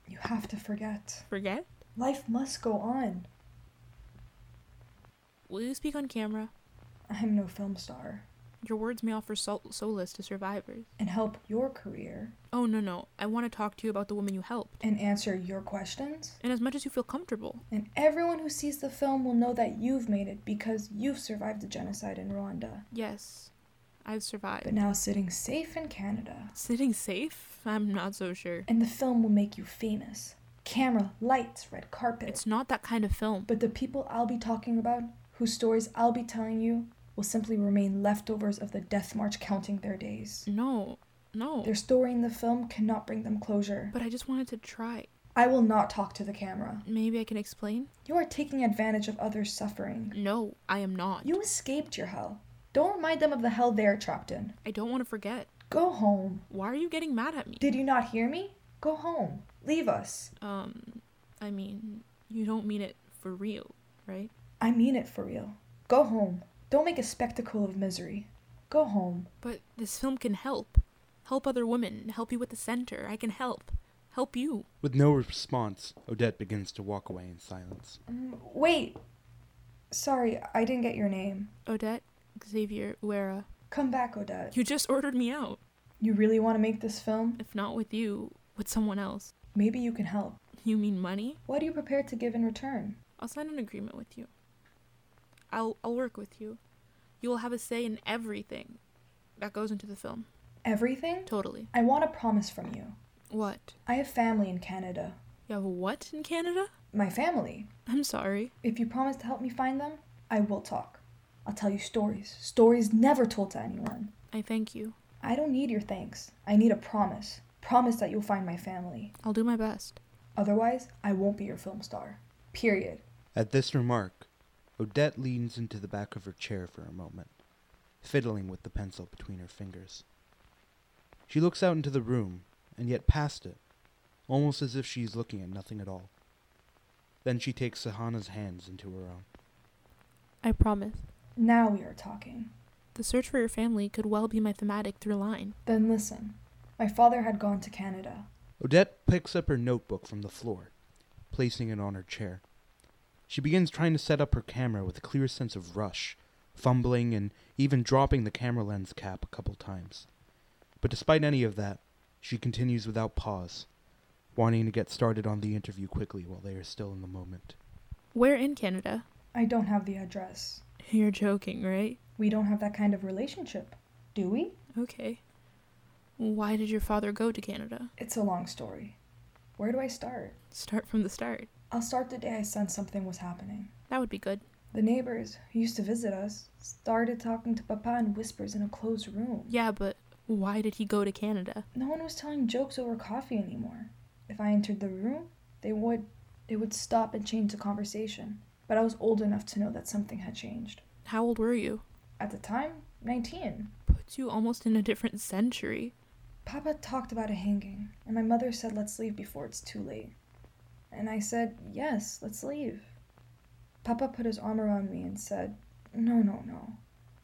Speaker 8: You have to forget.
Speaker 2: Forget?
Speaker 8: Life must go on.
Speaker 2: Will you speak on camera?
Speaker 8: I'm no film star.
Speaker 2: Your words may offer sol- solace to survivors.
Speaker 8: And help your career
Speaker 2: Oh, no, no. I want to talk to you about the woman you helped.
Speaker 8: and answer your questions.
Speaker 2: And as much as you feel comfortable,
Speaker 8: And everyone who sees the film will know that you've made it because you've survived the genocide in Rwanda.
Speaker 2: yes, I've
Speaker 8: But
Speaker 2: survived.
Speaker 8: now sitting safe in Canada.
Speaker 2: Sitting safe? I'm not so sure.
Speaker 8: And the film will make you famous. Camera, lights, red carpet.
Speaker 2: It's not that kind of film.
Speaker 8: But the people I'll be talking about, whose stories I'll be telling you, will simply remain leftovers of the death march counting their days.
Speaker 2: No, no.
Speaker 8: Their story in the film cannot bring them closure.
Speaker 2: But I just wanted to try.
Speaker 8: I will not talk to the camera.
Speaker 2: Maybe I can explain?
Speaker 8: You are taking advantage of others' suffering.
Speaker 2: No, I am not.
Speaker 8: You escaped your hell. Don't remind them of the hell they're trapped in.
Speaker 2: I don't want to forget.
Speaker 8: Go home.
Speaker 2: Why are you getting mad at me?
Speaker 8: Did you not hear me? Go home. Leave us.
Speaker 2: Um, I mean, you don't mean it for real, right?
Speaker 8: I mean it for real. Go home. Don't make a spectacle of misery. Go home.
Speaker 2: But this film can help. Help other women, help you with the center. I can help. Help you.
Speaker 1: With no response, Odette begins to walk away in silence.
Speaker 8: Mm, Wait. Sorry, I didn't get your name.
Speaker 2: Odette, Xavier, Uera.
Speaker 8: Come back, Odette.
Speaker 2: You just ordered me out.
Speaker 8: You really want to make this film?
Speaker 2: If not with you, with someone else.
Speaker 8: Maybe you can help.
Speaker 2: You mean money?
Speaker 8: What are you prepared to give in return?
Speaker 2: I'll sign an agreement with you. I'll I'll work with you. You will have a say in everything that goes into the film.
Speaker 8: Everything?
Speaker 2: Totally.
Speaker 8: I want a promise from you.
Speaker 2: What?
Speaker 8: I have family in Canada.
Speaker 2: You have what in Canada?
Speaker 8: My family.
Speaker 2: I'm sorry.
Speaker 8: If you promise to help me find them, I will talk. I'll tell you stories. Stories never told to anyone.
Speaker 2: I thank you.
Speaker 8: I don't need your thanks. I need a promise. Promise that you'll find my family.
Speaker 2: I'll do my best.
Speaker 8: Otherwise, I won't be your film star. Period.
Speaker 1: At this remark, Odette leans into the back of her chair for a moment, fiddling with the pencil between her fingers. She looks out into the room, and yet past it, almost as if she is looking at nothing at all. Then she takes Sahana's hands into her own.
Speaker 2: I promise.
Speaker 8: Now we are talking.
Speaker 2: The search for your family could well be my thematic through line.
Speaker 8: Then listen. My father had gone to Canada.
Speaker 1: Odette picks up her notebook from the floor, placing it on her chair. She begins trying to set up her camera with a clear sense of rush, fumbling and even dropping the camera lens cap a couple times. But despite any of that, she continues without pause, wanting to get started on the interview quickly while they are still in the moment.
Speaker 2: Where in Canada?
Speaker 8: I don't have the address.
Speaker 2: You're joking, right?
Speaker 8: We don't have that kind of relationship, do we?
Speaker 2: Okay. Why did your father go to Canada?
Speaker 8: It's a long story. Where do I start?
Speaker 2: Start from the start.
Speaker 8: I'll start the day I sensed something was happening.
Speaker 2: That would be good.
Speaker 8: The neighbors, who used to visit us, started talking to Papa in whispers in a closed room.
Speaker 2: Yeah, but why did he go to Canada?
Speaker 8: No one was telling jokes over coffee anymore. If I entered the room, they would they would stop and change the conversation. But I was old enough to know that something had changed.
Speaker 2: How old were you?
Speaker 8: At the time, 19.
Speaker 2: Puts you almost in a different century.
Speaker 8: Papa talked about a hanging, and my mother said, "Let's leave before it's too late." And I said, "Yes, let's leave." Papa put his arm around me and said, "No, no, no.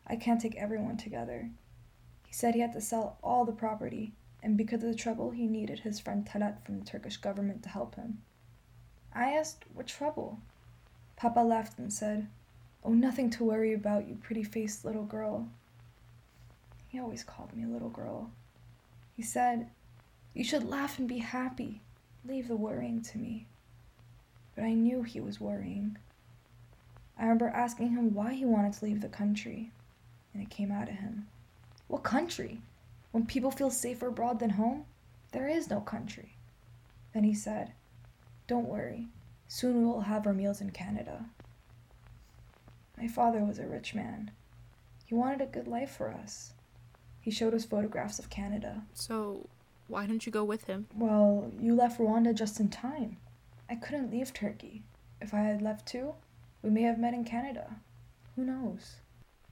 Speaker 8: I can't take everyone together." He said he had to sell all the property, and because of the trouble, he needed his friend Talat from the Turkish government to help him. I asked, "What trouble?" Papa laughed and said, Oh, nothing to worry about, you pretty faced little girl. He always called me little girl. He said, You should laugh and be happy. Leave the worrying to me. But I knew he was worrying. I remember asking him why he wanted to leave the country, and it came out of him. What country? When people feel safer abroad than home? There is no country. Then he said, Don't worry. Soon we will have our meals in Canada. My father was a rich man. He wanted a good life for us. He showed us photographs of Canada.
Speaker 2: So, why didn't you go with him?
Speaker 8: Well, you left Rwanda just in time. I couldn't leave Turkey. If I had left too, we may have met in Canada. Who knows?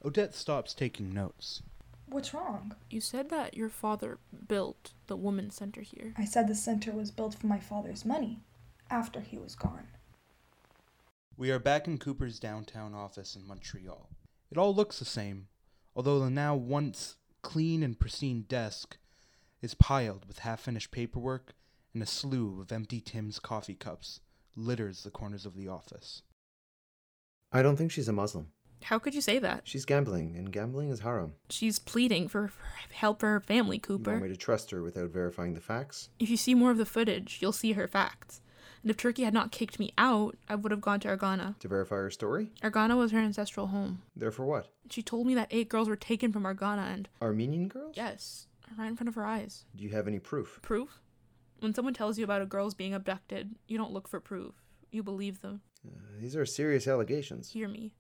Speaker 1: Odette stops taking notes.
Speaker 8: What's wrong?
Speaker 2: You said that your father built the women's center here.
Speaker 8: I said the center was built for my father's money after he was gone.
Speaker 1: We are back in Cooper's downtown office in Montreal. It all looks the same, although the now once clean and pristine desk is piled with half finished paperwork and a slew of empty Tim's coffee cups litters the corners of the office.
Speaker 5: I don't think she's a Muslim.
Speaker 2: How could you say that?
Speaker 5: She's gambling, and gambling is haram.
Speaker 2: She's pleading for for help for her family,
Speaker 5: You
Speaker 2: Cooper.
Speaker 5: want me to trust her without verifying the facts?
Speaker 2: If you see more of the footage, you'll see her facts. And if Turkey had not kicked me out, I would have gone to Argana.
Speaker 5: To verify her story?
Speaker 2: Argana was her ancestral home.
Speaker 5: Therefore, what?
Speaker 2: She told me that eight girls were taken from Argana and,
Speaker 5: Armenian girls?
Speaker 2: yes, right in front of her eyes.
Speaker 5: Do you have any proof?
Speaker 2: Proof? When someone tells you about a girl's being abducted, you don't look for proof. You believe them.
Speaker 5: Uh, these are serious allegations.
Speaker 2: Hear me.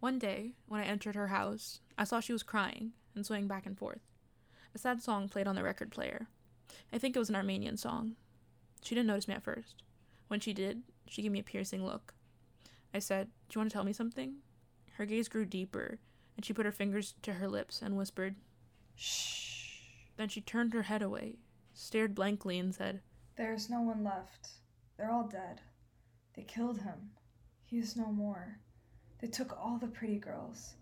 Speaker 2: One day, when I entered her house, I saw she was crying and swaying back and forth. A sad song played on the record player. I think it was an Armenian song. She didn't notice me at first. When she did, she gave me a piercing look. I said, Do you want to tell me something? Her gaze grew deeper, and she put her fingers to her lips and whispered,
Speaker 8: Shh.
Speaker 2: Then she turned her head away, stared blankly, and said,
Speaker 8: There's no one left. They're all dead. They killed him. He is no more. They took all the pretty girls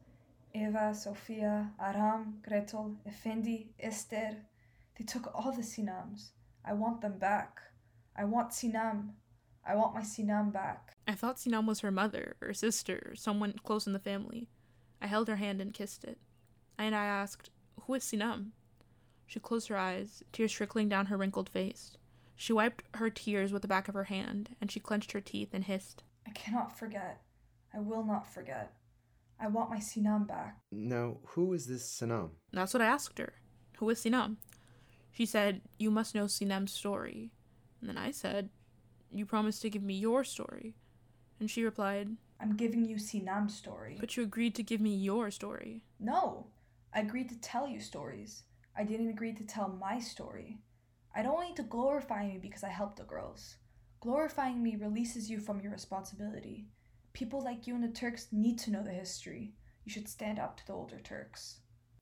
Speaker 8: Eva, Sofia, Aram, Gretel, Effendi, Esther. They took all the Sinams. I want them back. I want Sinam. I want my Sinam back.
Speaker 2: I thought Sinam was her mother or sister or someone close in the family. I held her hand and kissed it. And I asked, Who is Sinam? She closed her eyes, tears trickling down her wrinkled face. She wiped her tears with the back of her hand, and she clenched her teeth and hissed.
Speaker 8: I cannot forget. I will not forget. I want my Sinam back.
Speaker 5: Now, who is this Sanam?
Speaker 2: That's what I asked her. Who is Sinam? She said, You must know Sinam's story. And then I said, You promised to give me your story. And she replied,
Speaker 8: I'm giving you Sinam's story.
Speaker 2: But you agreed to give me your story.
Speaker 8: No, I agreed to tell you stories. I didn't agree to tell my story. I don't want you to glorify me because I helped the girls. Glorifying me releases you from your responsibility. People like you and the Turks need to know the history. You should stand up to the older Turks.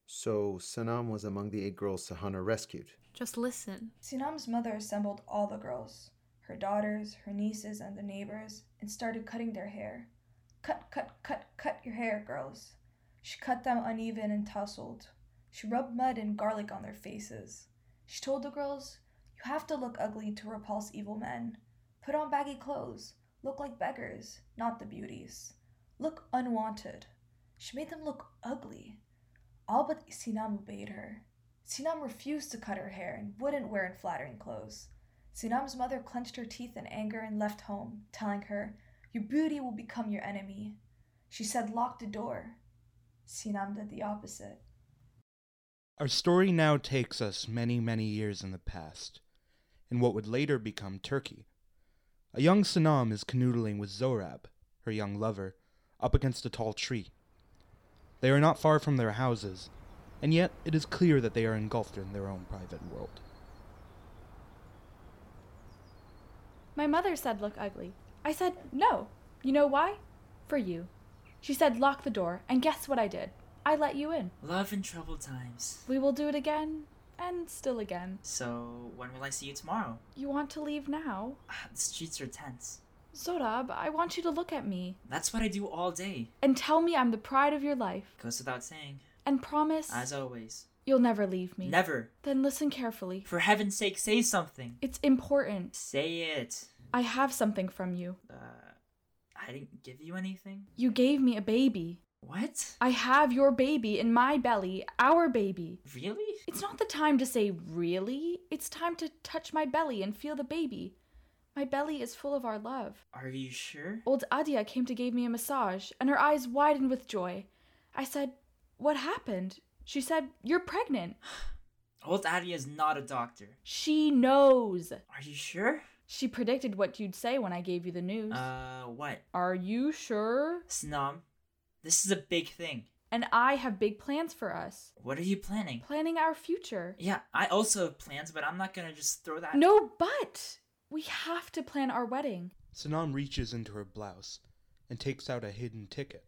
Speaker 5: So, Sanam was among the eight girls Sahana rescued.
Speaker 2: Just listen.
Speaker 8: Sinam's mother assembled all the girls, her daughters, her nieces, and their neighbors, and started cutting their hair. Cut, cut, cut, cut your hair, girls. She cut them uneven and tousled. She rubbed mud and garlic on their faces. She told the girls, You have to look ugly to repulse evil men. Put on baggy clothes. Look like beggars, not the beauties. Look unwanted. She made them look ugly. All but Sinam obeyed her. Sinam refused to cut her hair and wouldn't wear flattering clothes. Sinam's mother clenched her teeth in anger and left home, telling her, Your beauty will become your enemy. She said, Lock the door. Sinam did the opposite.
Speaker 1: Our story now takes us many, many years in the past, in what would later become Turkey. A young Sanam is canoodling with Zorab, her young lover, up against a tall tree. They are not far from their houses, and yet it is clear that they are engulfed in their own private world.
Speaker 9: My mother said, Look ugly. I said, No. You know why? For you. She said, Lock the door, and guess what I did? I let you in.
Speaker 4: Love in troubled times.
Speaker 9: We will do it again, and still again.
Speaker 4: So, when will I see you tomorrow?
Speaker 9: You want to leave now?
Speaker 4: Ah, the streets are tense.
Speaker 9: Zorab, I want you to look at me
Speaker 4: That's what I do all day.
Speaker 9: and tell me I'm the pride of your life,
Speaker 4: Goes without saying.
Speaker 9: and promise
Speaker 4: As always.
Speaker 9: you'll never leave me.
Speaker 4: Never.
Speaker 9: Then listen carefully.
Speaker 4: For heaven's sake, say something.
Speaker 9: It's important.
Speaker 4: Say it.
Speaker 9: I have something from you.
Speaker 4: Uh, I I didn't give you anything?
Speaker 9: You gave me a baby.
Speaker 4: What?
Speaker 9: I have your baby in my belly, our baby.
Speaker 4: Really?
Speaker 9: It's not the time to say really. It's time to touch my belly and feel the baby. My belly is full of our love.
Speaker 4: Are you sure?
Speaker 9: Old Adia came to give me a massage, and her eyes widened with joy. I said, What happened? She said, You're pregnant.
Speaker 4: Old Addie is not a doctor.
Speaker 9: She knows.
Speaker 4: Are you sure?
Speaker 9: She predicted what you'd say when I gave you the news.
Speaker 4: Uh, what?
Speaker 9: Are you sure?
Speaker 4: Snom, this is a big thing.
Speaker 9: And I have big plans for us.
Speaker 4: What are you planning?
Speaker 9: Planning our future.
Speaker 4: Yeah, I also have plans, but I'm not gonna just throw that.
Speaker 9: No, but we have to plan our wedding.
Speaker 1: Sanam reaches into her blouse and takes out a hidden ticket.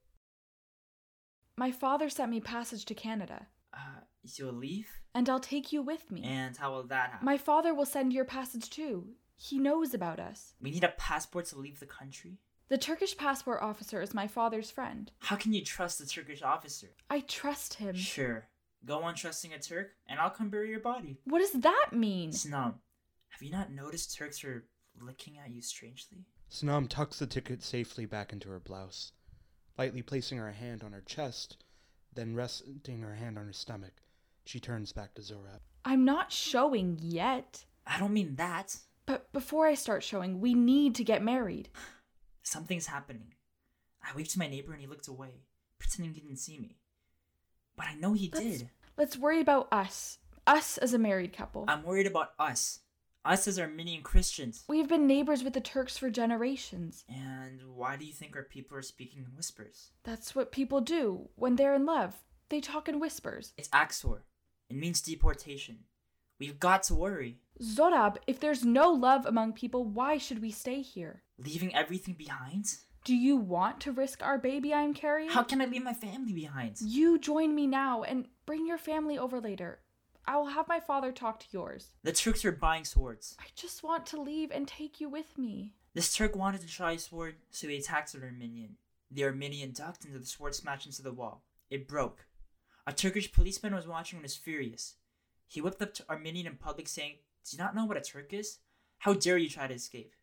Speaker 9: My father sent me passage to Canada,
Speaker 4: Uh, you'll leave?
Speaker 9: and I'll take you with me.
Speaker 4: And how will that happen?
Speaker 9: My father will send your passage too. He knows about us.
Speaker 4: We need a passport to leave the country?
Speaker 9: The Turkish passport officer is my father's friend.
Speaker 4: How can you trust a Turkish officer?
Speaker 9: I trust him.
Speaker 4: Sure. Go on trusting a Turk, and I'll come bury your body.
Speaker 9: What does that mean?
Speaker 4: Snom, have you not noticed Turks are looking at you strangely?
Speaker 1: Sanam tucks the ticket safely back into her blouse, lightly placing her hand on her chest, then resting her hand on her stomach. She turns back to Zorab.
Speaker 9: I'm not showing yet.
Speaker 4: I don't mean that.
Speaker 9: But before I start showing, we need to get married.
Speaker 4: Something's happening. I waved to my neighbor and he looked away, pretending he didn't see me. But I know he
Speaker 9: Let's-
Speaker 4: did.
Speaker 9: Let's worry about us. Us as a married couple.
Speaker 4: I'm worried about us. Us as Armenian Christians.
Speaker 9: We've been neighbors with the Turks for generations.
Speaker 4: And why do you think our people are speaking in whispers?
Speaker 9: That's what people do when they're in love. They talk in whispers.
Speaker 4: It's Axor. It means deportation. We've got to worry.
Speaker 9: Zorab, if there's no love among people, why should we stay here?
Speaker 4: Leaving everything behind?
Speaker 9: Do you want to risk our baby I'm carrying?
Speaker 4: How can I leave my family behind?
Speaker 9: You join me now and bring your family over later. I will have my father talk to yours.
Speaker 4: The Turks are buying swords.
Speaker 9: I just want to leave and take you with me.
Speaker 4: This Turk wanted to try a sword, so he attacked an Armenian. The Armenian ducked and the sword smashed into the wall. It broke. A Turkish policeman was watching and was furious. He whipped up to Armenian in public saying, Do you not know what a Turk is? How dare you try to escape?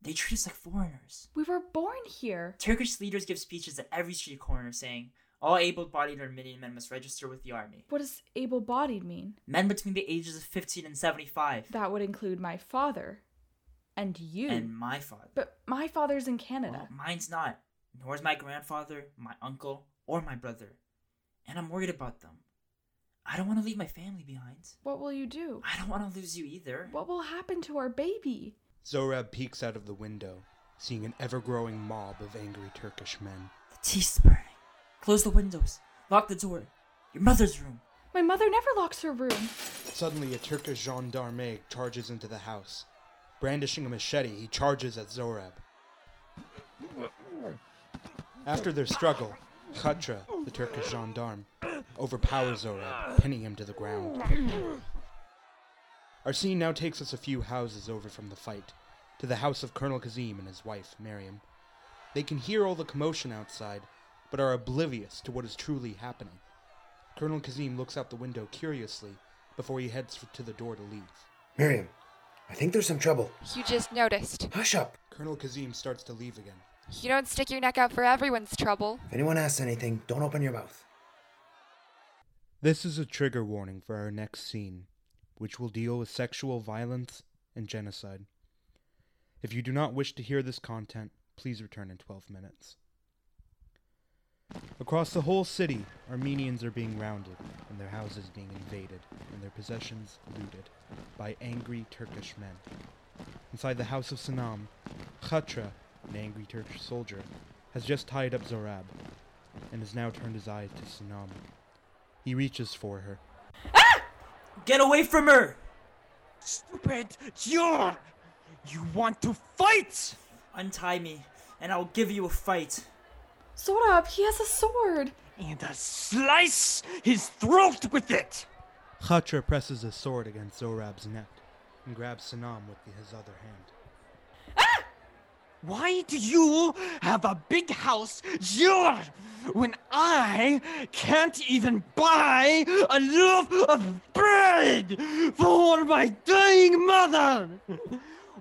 Speaker 4: They treat us like foreigners.
Speaker 9: We were born here.
Speaker 4: Turkish leaders give speeches at every street corner saying, All able bodied Armenian men must register with the army.
Speaker 9: What does able bodied mean?
Speaker 4: Men between the ages of 15 and 75.
Speaker 9: That would include my father and you.
Speaker 4: And my father.
Speaker 9: but my father's in Canada.
Speaker 4: Well, mine's not. Nor is my grandfather, my uncle, or my brother. And I'm worried about them. I don't want to leave my family behind.
Speaker 9: What will you do?
Speaker 4: mm. I don't want to lose you either.
Speaker 9: What will happen to our baby?
Speaker 1: Zorab peeks out of the window, seeing an ever growing mob of angry Turkish men.
Speaker 4: The tea's burning. Close the windows. Lock the door. Your mother's room.
Speaker 9: My mother never locks her room.
Speaker 1: Suddenly, a Turkish gendarme charges into the house. Brandishing a machete, he charges at Zorab. After their struggle, Khatra, the Turkish gendarme, overpowers Zorab, pinning him to the ground. Our scene now takes us a few houses over from the fight, to the house of Colonel Kazim and his wife, Miriam. They can hear all the commotion outside, but are oblivious to what is truly happening. Colonel Kazim looks out the window curiously before he heads f- to the door to leave.
Speaker 5: Miriam, I think there's some trouble.
Speaker 7: You just noticed.
Speaker 5: Hush up.
Speaker 1: Colonel Kazim starts to leave again.
Speaker 7: You don't stick your neck out for everyone's trouble.
Speaker 5: If anyone asks anything, don't open your mouth.
Speaker 1: This is a trigger warning for our next scene, which will deal with sexual violence and genocide. If you do not wish to hear this content, please return in 12 minutes. Across the whole city, Armenians are being rounded and their houses being invaded and their possessions looted by angry Turkish men. Inside the house of Sanam, Khatra, an angry Turkish soldier, has just tied up Zorab and has now turned his eyes to Sanam. He reaches for her.
Speaker 4: Get away from her!
Speaker 10: Stupid! You're. You want to fight?
Speaker 4: Untie me, and I'll give you a fight.
Speaker 9: Zorab, he has a sword.
Speaker 10: And I slice his throat with it!
Speaker 1: Khatra presses his sword against Zorab's neck and grabs Sanam with his other hand.
Speaker 10: Why do you have a big house, Jur, when I can't even buy a loaf of bread for my dying mother?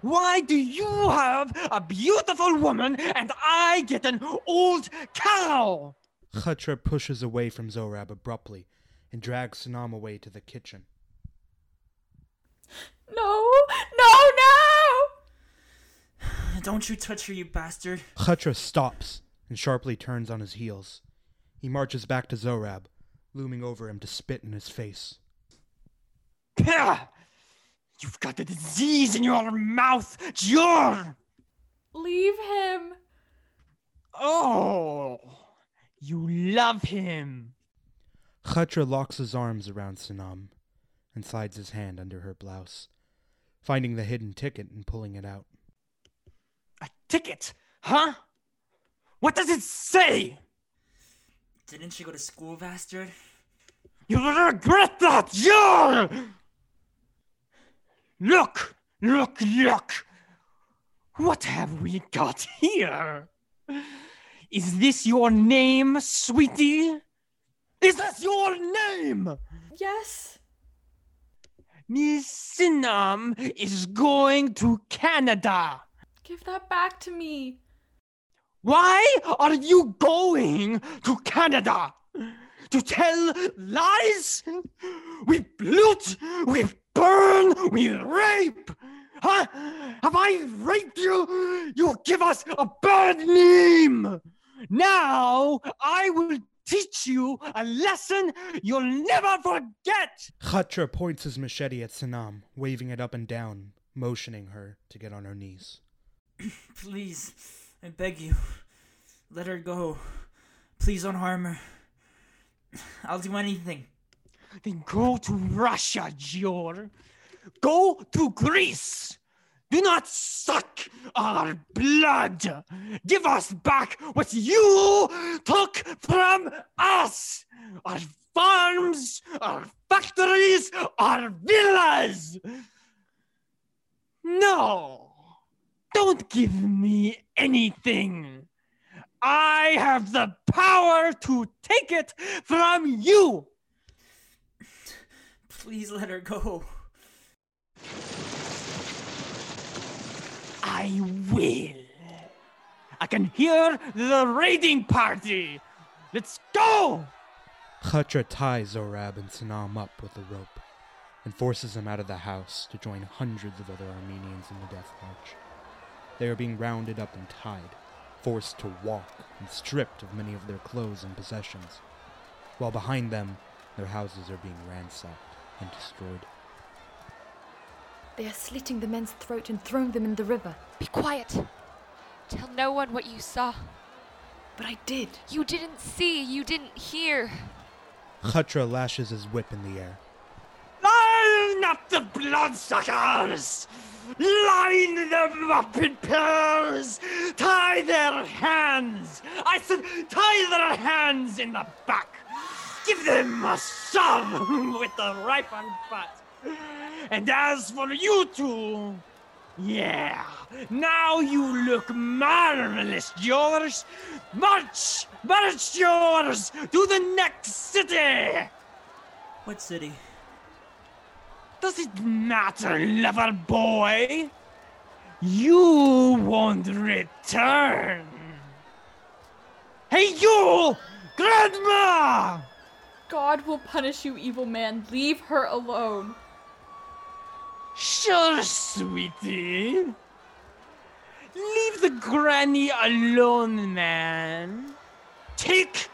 Speaker 10: Why do you have a beautiful woman and I get an old cow?
Speaker 1: Khatra pushes away from Zorab abruptly and drags Sanam away to the kitchen.
Speaker 2: No, no, no!
Speaker 4: Don't you touch her, you bastard.
Speaker 1: Khatra stops and sharply turns on his heels. He marches back to Zorab, looming over him to spit in his face.
Speaker 10: Pah! You've got a disease in your mouth, Jur!
Speaker 2: Leave him!
Speaker 10: Oh, you love him.
Speaker 1: Khatra locks his arms around Sanam and slides his hand under her blouse, finding the hidden ticket and pulling it out.
Speaker 10: A ticket, huh? What does it say?
Speaker 4: Didn't she go to school, bastard?
Speaker 10: You'll regret that, Jur! Look, look, look! What have we got here? Is this your name, sweetie? Is this your name?
Speaker 2: Yes!
Speaker 10: Nisinam is going to Canada.
Speaker 2: Give that back to me!
Speaker 10: Why are you going to Canada? To tell lies? We loot, we burn, we rape. Huh? Have I raped you? You give us a bad name. Now I will teach you a lesson you'll never forget.
Speaker 1: Khatra points his machete at Sanam, waving it up and down, motioning her to get on her knees.
Speaker 4: Please, I beg you, let her go. Please don't harm her. I'll do anything.
Speaker 10: Then go to Russia, Gior. Go to Greece. Do not suck our blood. Give us back what you took from us our farms, our factories, our villas. No, don't give me anything. I have the power to take it from you.
Speaker 4: Please let her go.
Speaker 10: I will. I can hear the raiding party. Let's go!
Speaker 1: Khatra ties Zorab and Sanam up with a rope and forces them out of the house to join hundreds of other Armenians in the death march. They are being rounded up and tied, forced to walk, and stripped of many of their clothes and possessions, while behind them, their houses are being ransacked and destroyed.
Speaker 6: They are slitting the men's throat and throwing them in the river.
Speaker 7: Be quiet. Tell no one what you saw.
Speaker 6: But I did.
Speaker 7: You didn't see, you didn't hear.
Speaker 1: Khatra lashes his whip in the air.
Speaker 10: Line up the bloodsuckers! Line them up in pairs! Tie their hands! I said, tie their hands in the back! Give them a shove with the ripened butt! And as for you two, yeah, now you look marvelous, yours! March! March, yours! To the next city!
Speaker 4: What city?
Speaker 10: Does it matter, lover boy? You won't return. Hey, you! Grandma!
Speaker 2: God will punish you, evil man. Leave her alone.
Speaker 10: Sure, sweetie. Leave the granny alone, man. Take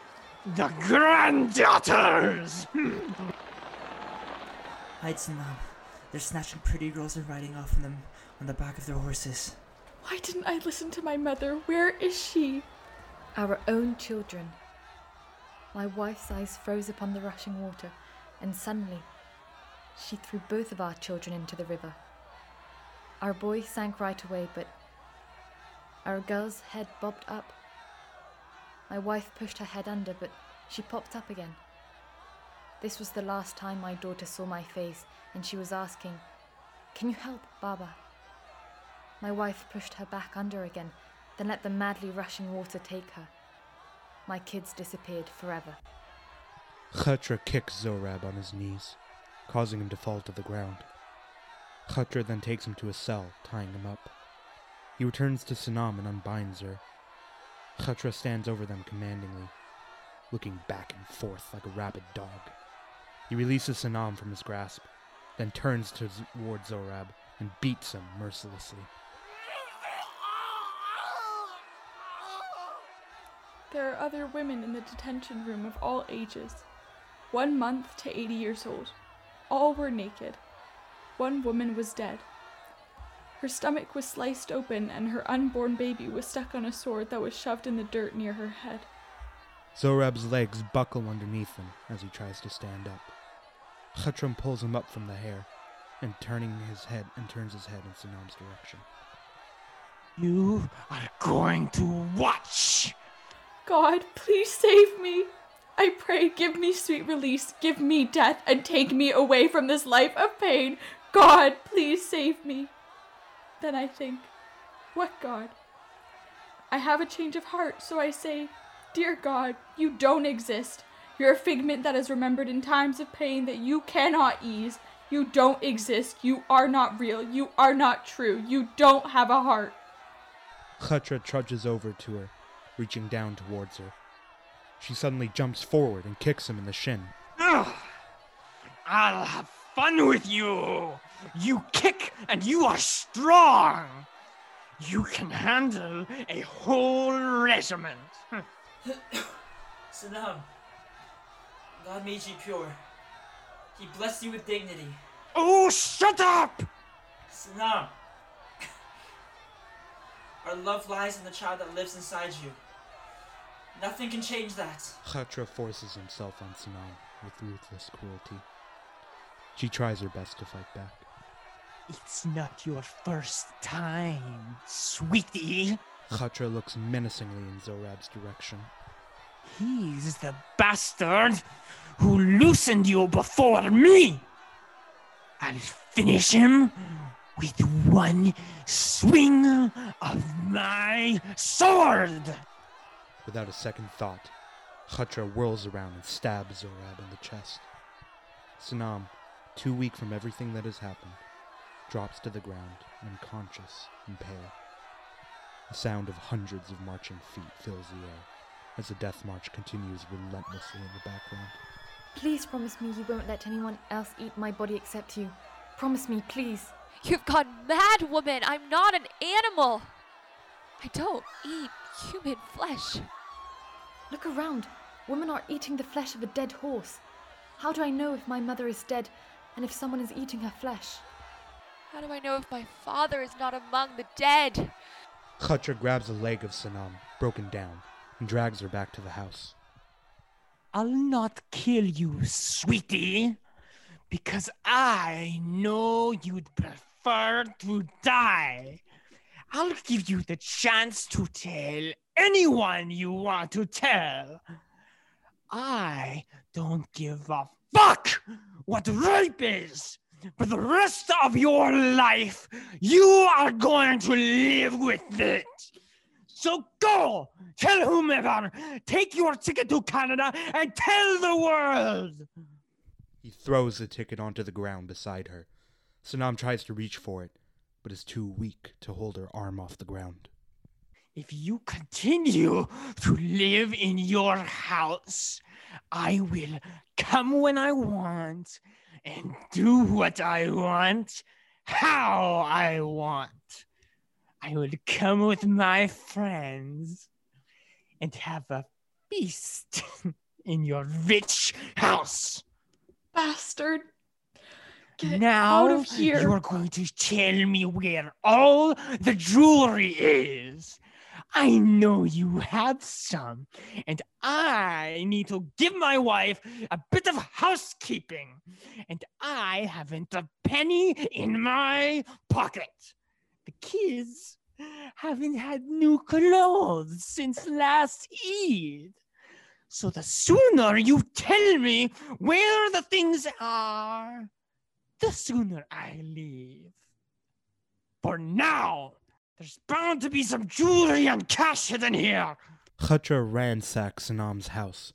Speaker 10: the granddaughters!
Speaker 4: Hide some them. um, They're snatching pretty girls and riding off on them on the back of their horses.
Speaker 2: Why didn't I listen to my mother? Where is she?
Speaker 6: Our own children. My wife's eyes froze upon the rushing water, and suddenly she threw both of our children into the river. Our boy sank right away, but our girl's head bobbed up. My wife pushed her head under, but she popped up again. This was the last time my daughter saw my face, and she was asking, Can you help, Baba? My wife pushed her back under again, then let the madly rushing water take her. My kids disappeared forever.
Speaker 1: Khatra kicks Zorab on his knees, causing him to fall to the ground. Khatra then takes him to a cell, tying him up. He returns to Sanam and unbinds her. Khatra stands over them commandingly, looking back and forth like a rabid dog. He releases Sanam from his grasp, then turns toward Zorab and beats him mercilessly.
Speaker 9: There are other women in the detention room of all ages, one month to 80 years old. All were naked. One woman was dead. Her stomach was sliced open, and her unborn baby was stuck on a sword that was shoved in the dirt near her head.
Speaker 1: Zorab's legs buckle underneath him as he tries to stand up. Khatram pulls him up from the hair and turning his head and turns his head in Sanam's direction.
Speaker 10: You are going to watch!
Speaker 9: God, please save me! I pray, give me sweet release, give me death, and take me away from this life of pain. God, please save me. Then I think, what God? I have a change of heart, so I say, Dear God, you don't exist. You're a figment that is remembered in times of pain that you cannot ease. You don't exist. You are not real. You are not true. You don't have a heart.
Speaker 1: Khatra trudges over to her, reaching down towards her. She suddenly jumps forward and kicks him in the shin.
Speaker 10: Ugh. I'll have fun with you! You kick and you are strong! You can handle a whole regiment! Hm.
Speaker 4: Sanam, God made you pure. He blessed you with dignity.
Speaker 10: Oh, shut up!
Speaker 4: Sanam, our love lies in the child that lives inside you. Nothing can change that.
Speaker 1: Khatra forces himself on Sanam with ruthless cruelty. She tries her best to fight back.
Speaker 10: It's not your first time, sweetie.
Speaker 1: Khatra looks menacingly in Zorab's direction.
Speaker 10: He's the bastard who loosened you before me. I'll finish him with one swing of my sword.
Speaker 1: Without a second thought, Khatra whirls around and stabs Zorab in the chest. Sanam, too weak from everything that has happened, drops to the ground, unconscious and pale. The sound of hundreds of marching feet fills the air as the death march continues relentlessly in the background.
Speaker 6: Please promise me you won't let anyone else eat my body except you. Promise me, please.
Speaker 7: You've gone mad, woman! I'm not an animal! I don't eat human flesh.
Speaker 6: Look around. Women are eating the flesh of a dead horse. How do I know if my mother is dead and if someone is eating her flesh?
Speaker 7: How do I know if my father is not among the dead?
Speaker 1: Khatra grabs a leg of Sanam, broken down, and drags her back to the house.
Speaker 10: I'll not kill you, sweetie, because I know you'd prefer to die. I'll give you the chance to tell anyone you want to tell. I don't give a fuck what rape is. For the rest of your life, you are going to live with it. So go, tell whomever, take your ticket to Canada and tell the world.
Speaker 1: He throws the ticket onto the ground beside her. Sanam tries to reach for it, but is too weak to hold her arm off the ground.
Speaker 10: If you continue to live in your house, I will come when I want and do what I want, how I want. I will come with my friends and have a feast in your rich house.
Speaker 9: Bastard! Get
Speaker 10: now
Speaker 9: out of here!
Speaker 10: you're going to tell me where all the jewelry is. I know you have some, and I need to give my wife a bit of housekeeping, and I haven't a penny in my pocket. The kids haven't had new clothes since last Eid. So the sooner you tell me where the things are, the sooner I leave. For now, there's bound to be some jewelry and cash hidden here.
Speaker 1: Khatra ransacks Sanam's house,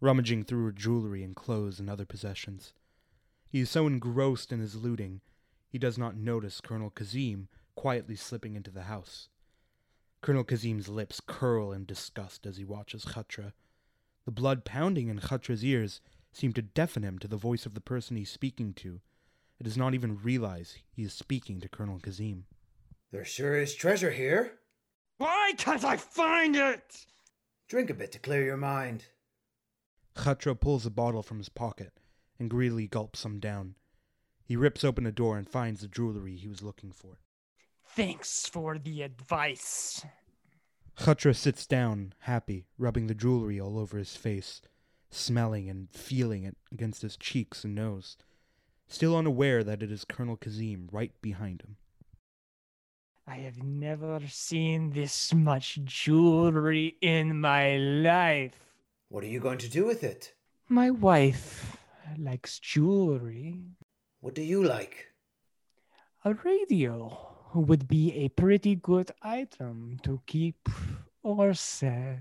Speaker 1: rummaging through her jewelry and clothes and other possessions. He is so engrossed in his looting, he does not notice Colonel Kazim quietly slipping into the house. Colonel Kazim's lips curl in disgust as he watches Khatra. The blood pounding in Khatra's ears seemed to deafen him to the voice of the person he's speaking to. It does not even realize he is speaking to Colonel Kazim.
Speaker 11: There sure is treasure here.
Speaker 10: Why can't I find it?
Speaker 11: Drink a bit to clear your mind.
Speaker 1: Khatra pulls a bottle from his pocket, and greedily gulps some down. He rips open a door and finds the jewelry he was looking for.
Speaker 10: Thanks for the advice.
Speaker 1: Khatra sits down, happy, rubbing the jewelry all over his face, smelling and feeling it against his cheeks and nose, still unaware that it is Colonel Kazim right behind him.
Speaker 10: I have never seen this much jewelry in my life.
Speaker 11: What are you going to do with it?
Speaker 10: My wife likes jewelry.
Speaker 11: What do you like?
Speaker 10: A radio would be a pretty good item to keep or sell.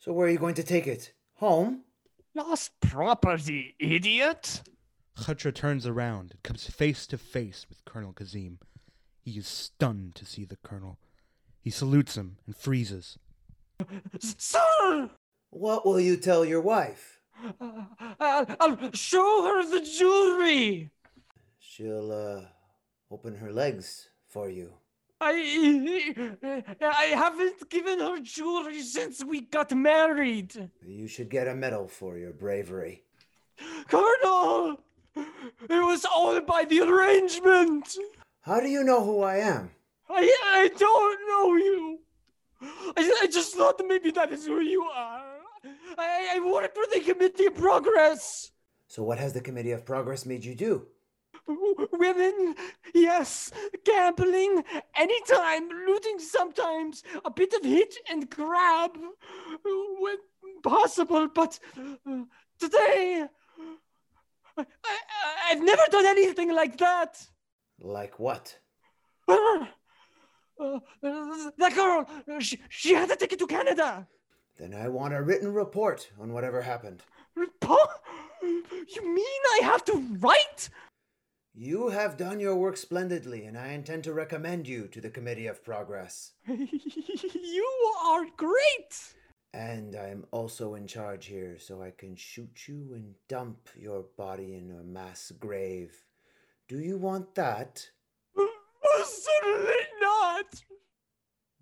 Speaker 11: So, where are you going to take it? Home?
Speaker 10: Lost property, idiot!
Speaker 1: Khatra turns around and comes face to face with Colonel Kazim. He is stunned to see the colonel. He salutes him and freezes.
Speaker 10: Sir!
Speaker 11: What will you tell your wife?
Speaker 10: Uh, I'll, I'll show her the jewelry!
Speaker 11: She'll uh, open her legs for you.
Speaker 10: I, I haven't given her jewelry since we got married.
Speaker 11: You should get a medal for your bravery.
Speaker 10: Colonel! It was all by the arrangement!
Speaker 11: How do you know who I am?
Speaker 10: I, I don't know you. I, I just thought that maybe that is who you are. I, I work for the Committee of Progress.
Speaker 11: So, what has the Committee of Progress made you do?
Speaker 10: W- Women, yes, gambling, anytime, looting sometimes, a bit of hit and grab when possible, but uh, today I, I, I've never done anything like that.
Speaker 11: Like what?
Speaker 10: Uh, uh, that girl, uh, she, she had to take it to Canada.
Speaker 11: Then I want a written report on whatever happened.
Speaker 10: Report? You mean I have to write?
Speaker 11: You have done your work splendidly, and I intend to recommend you to the Committee of Progress.
Speaker 10: you are great.
Speaker 11: And I'm also in charge here, so I can shoot you and dump your body in a mass grave. Do you want that?
Speaker 10: Certainly not.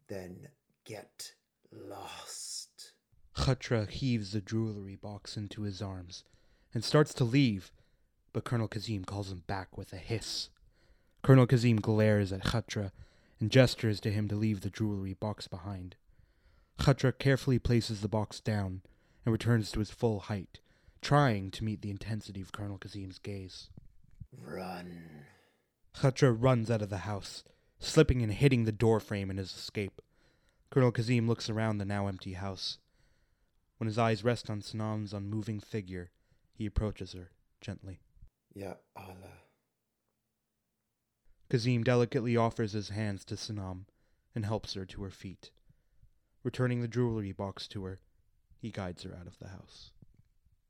Speaker 11: Then get lost.
Speaker 1: Khatra heaves the jewelry box into his arms and starts to leave, but Colonel Kazim calls him back with a hiss. Colonel Kazim glares at Khatra and gestures to him to leave the jewelry box behind. Khatra carefully places the box down and returns to his full height, trying to meet the intensity of Colonel Kazim's gaze.
Speaker 11: Run.
Speaker 1: Khatra runs out of the house, slipping and hitting the doorframe in his escape. Colonel Kazim looks around the now empty house. When his eyes rest on Sanam's unmoving figure, he approaches her gently.
Speaker 11: Ya Allah.
Speaker 1: Kazim delicately offers his hands to Sanam and helps her to her feet. Returning the jewelry box to her, he guides her out of the house.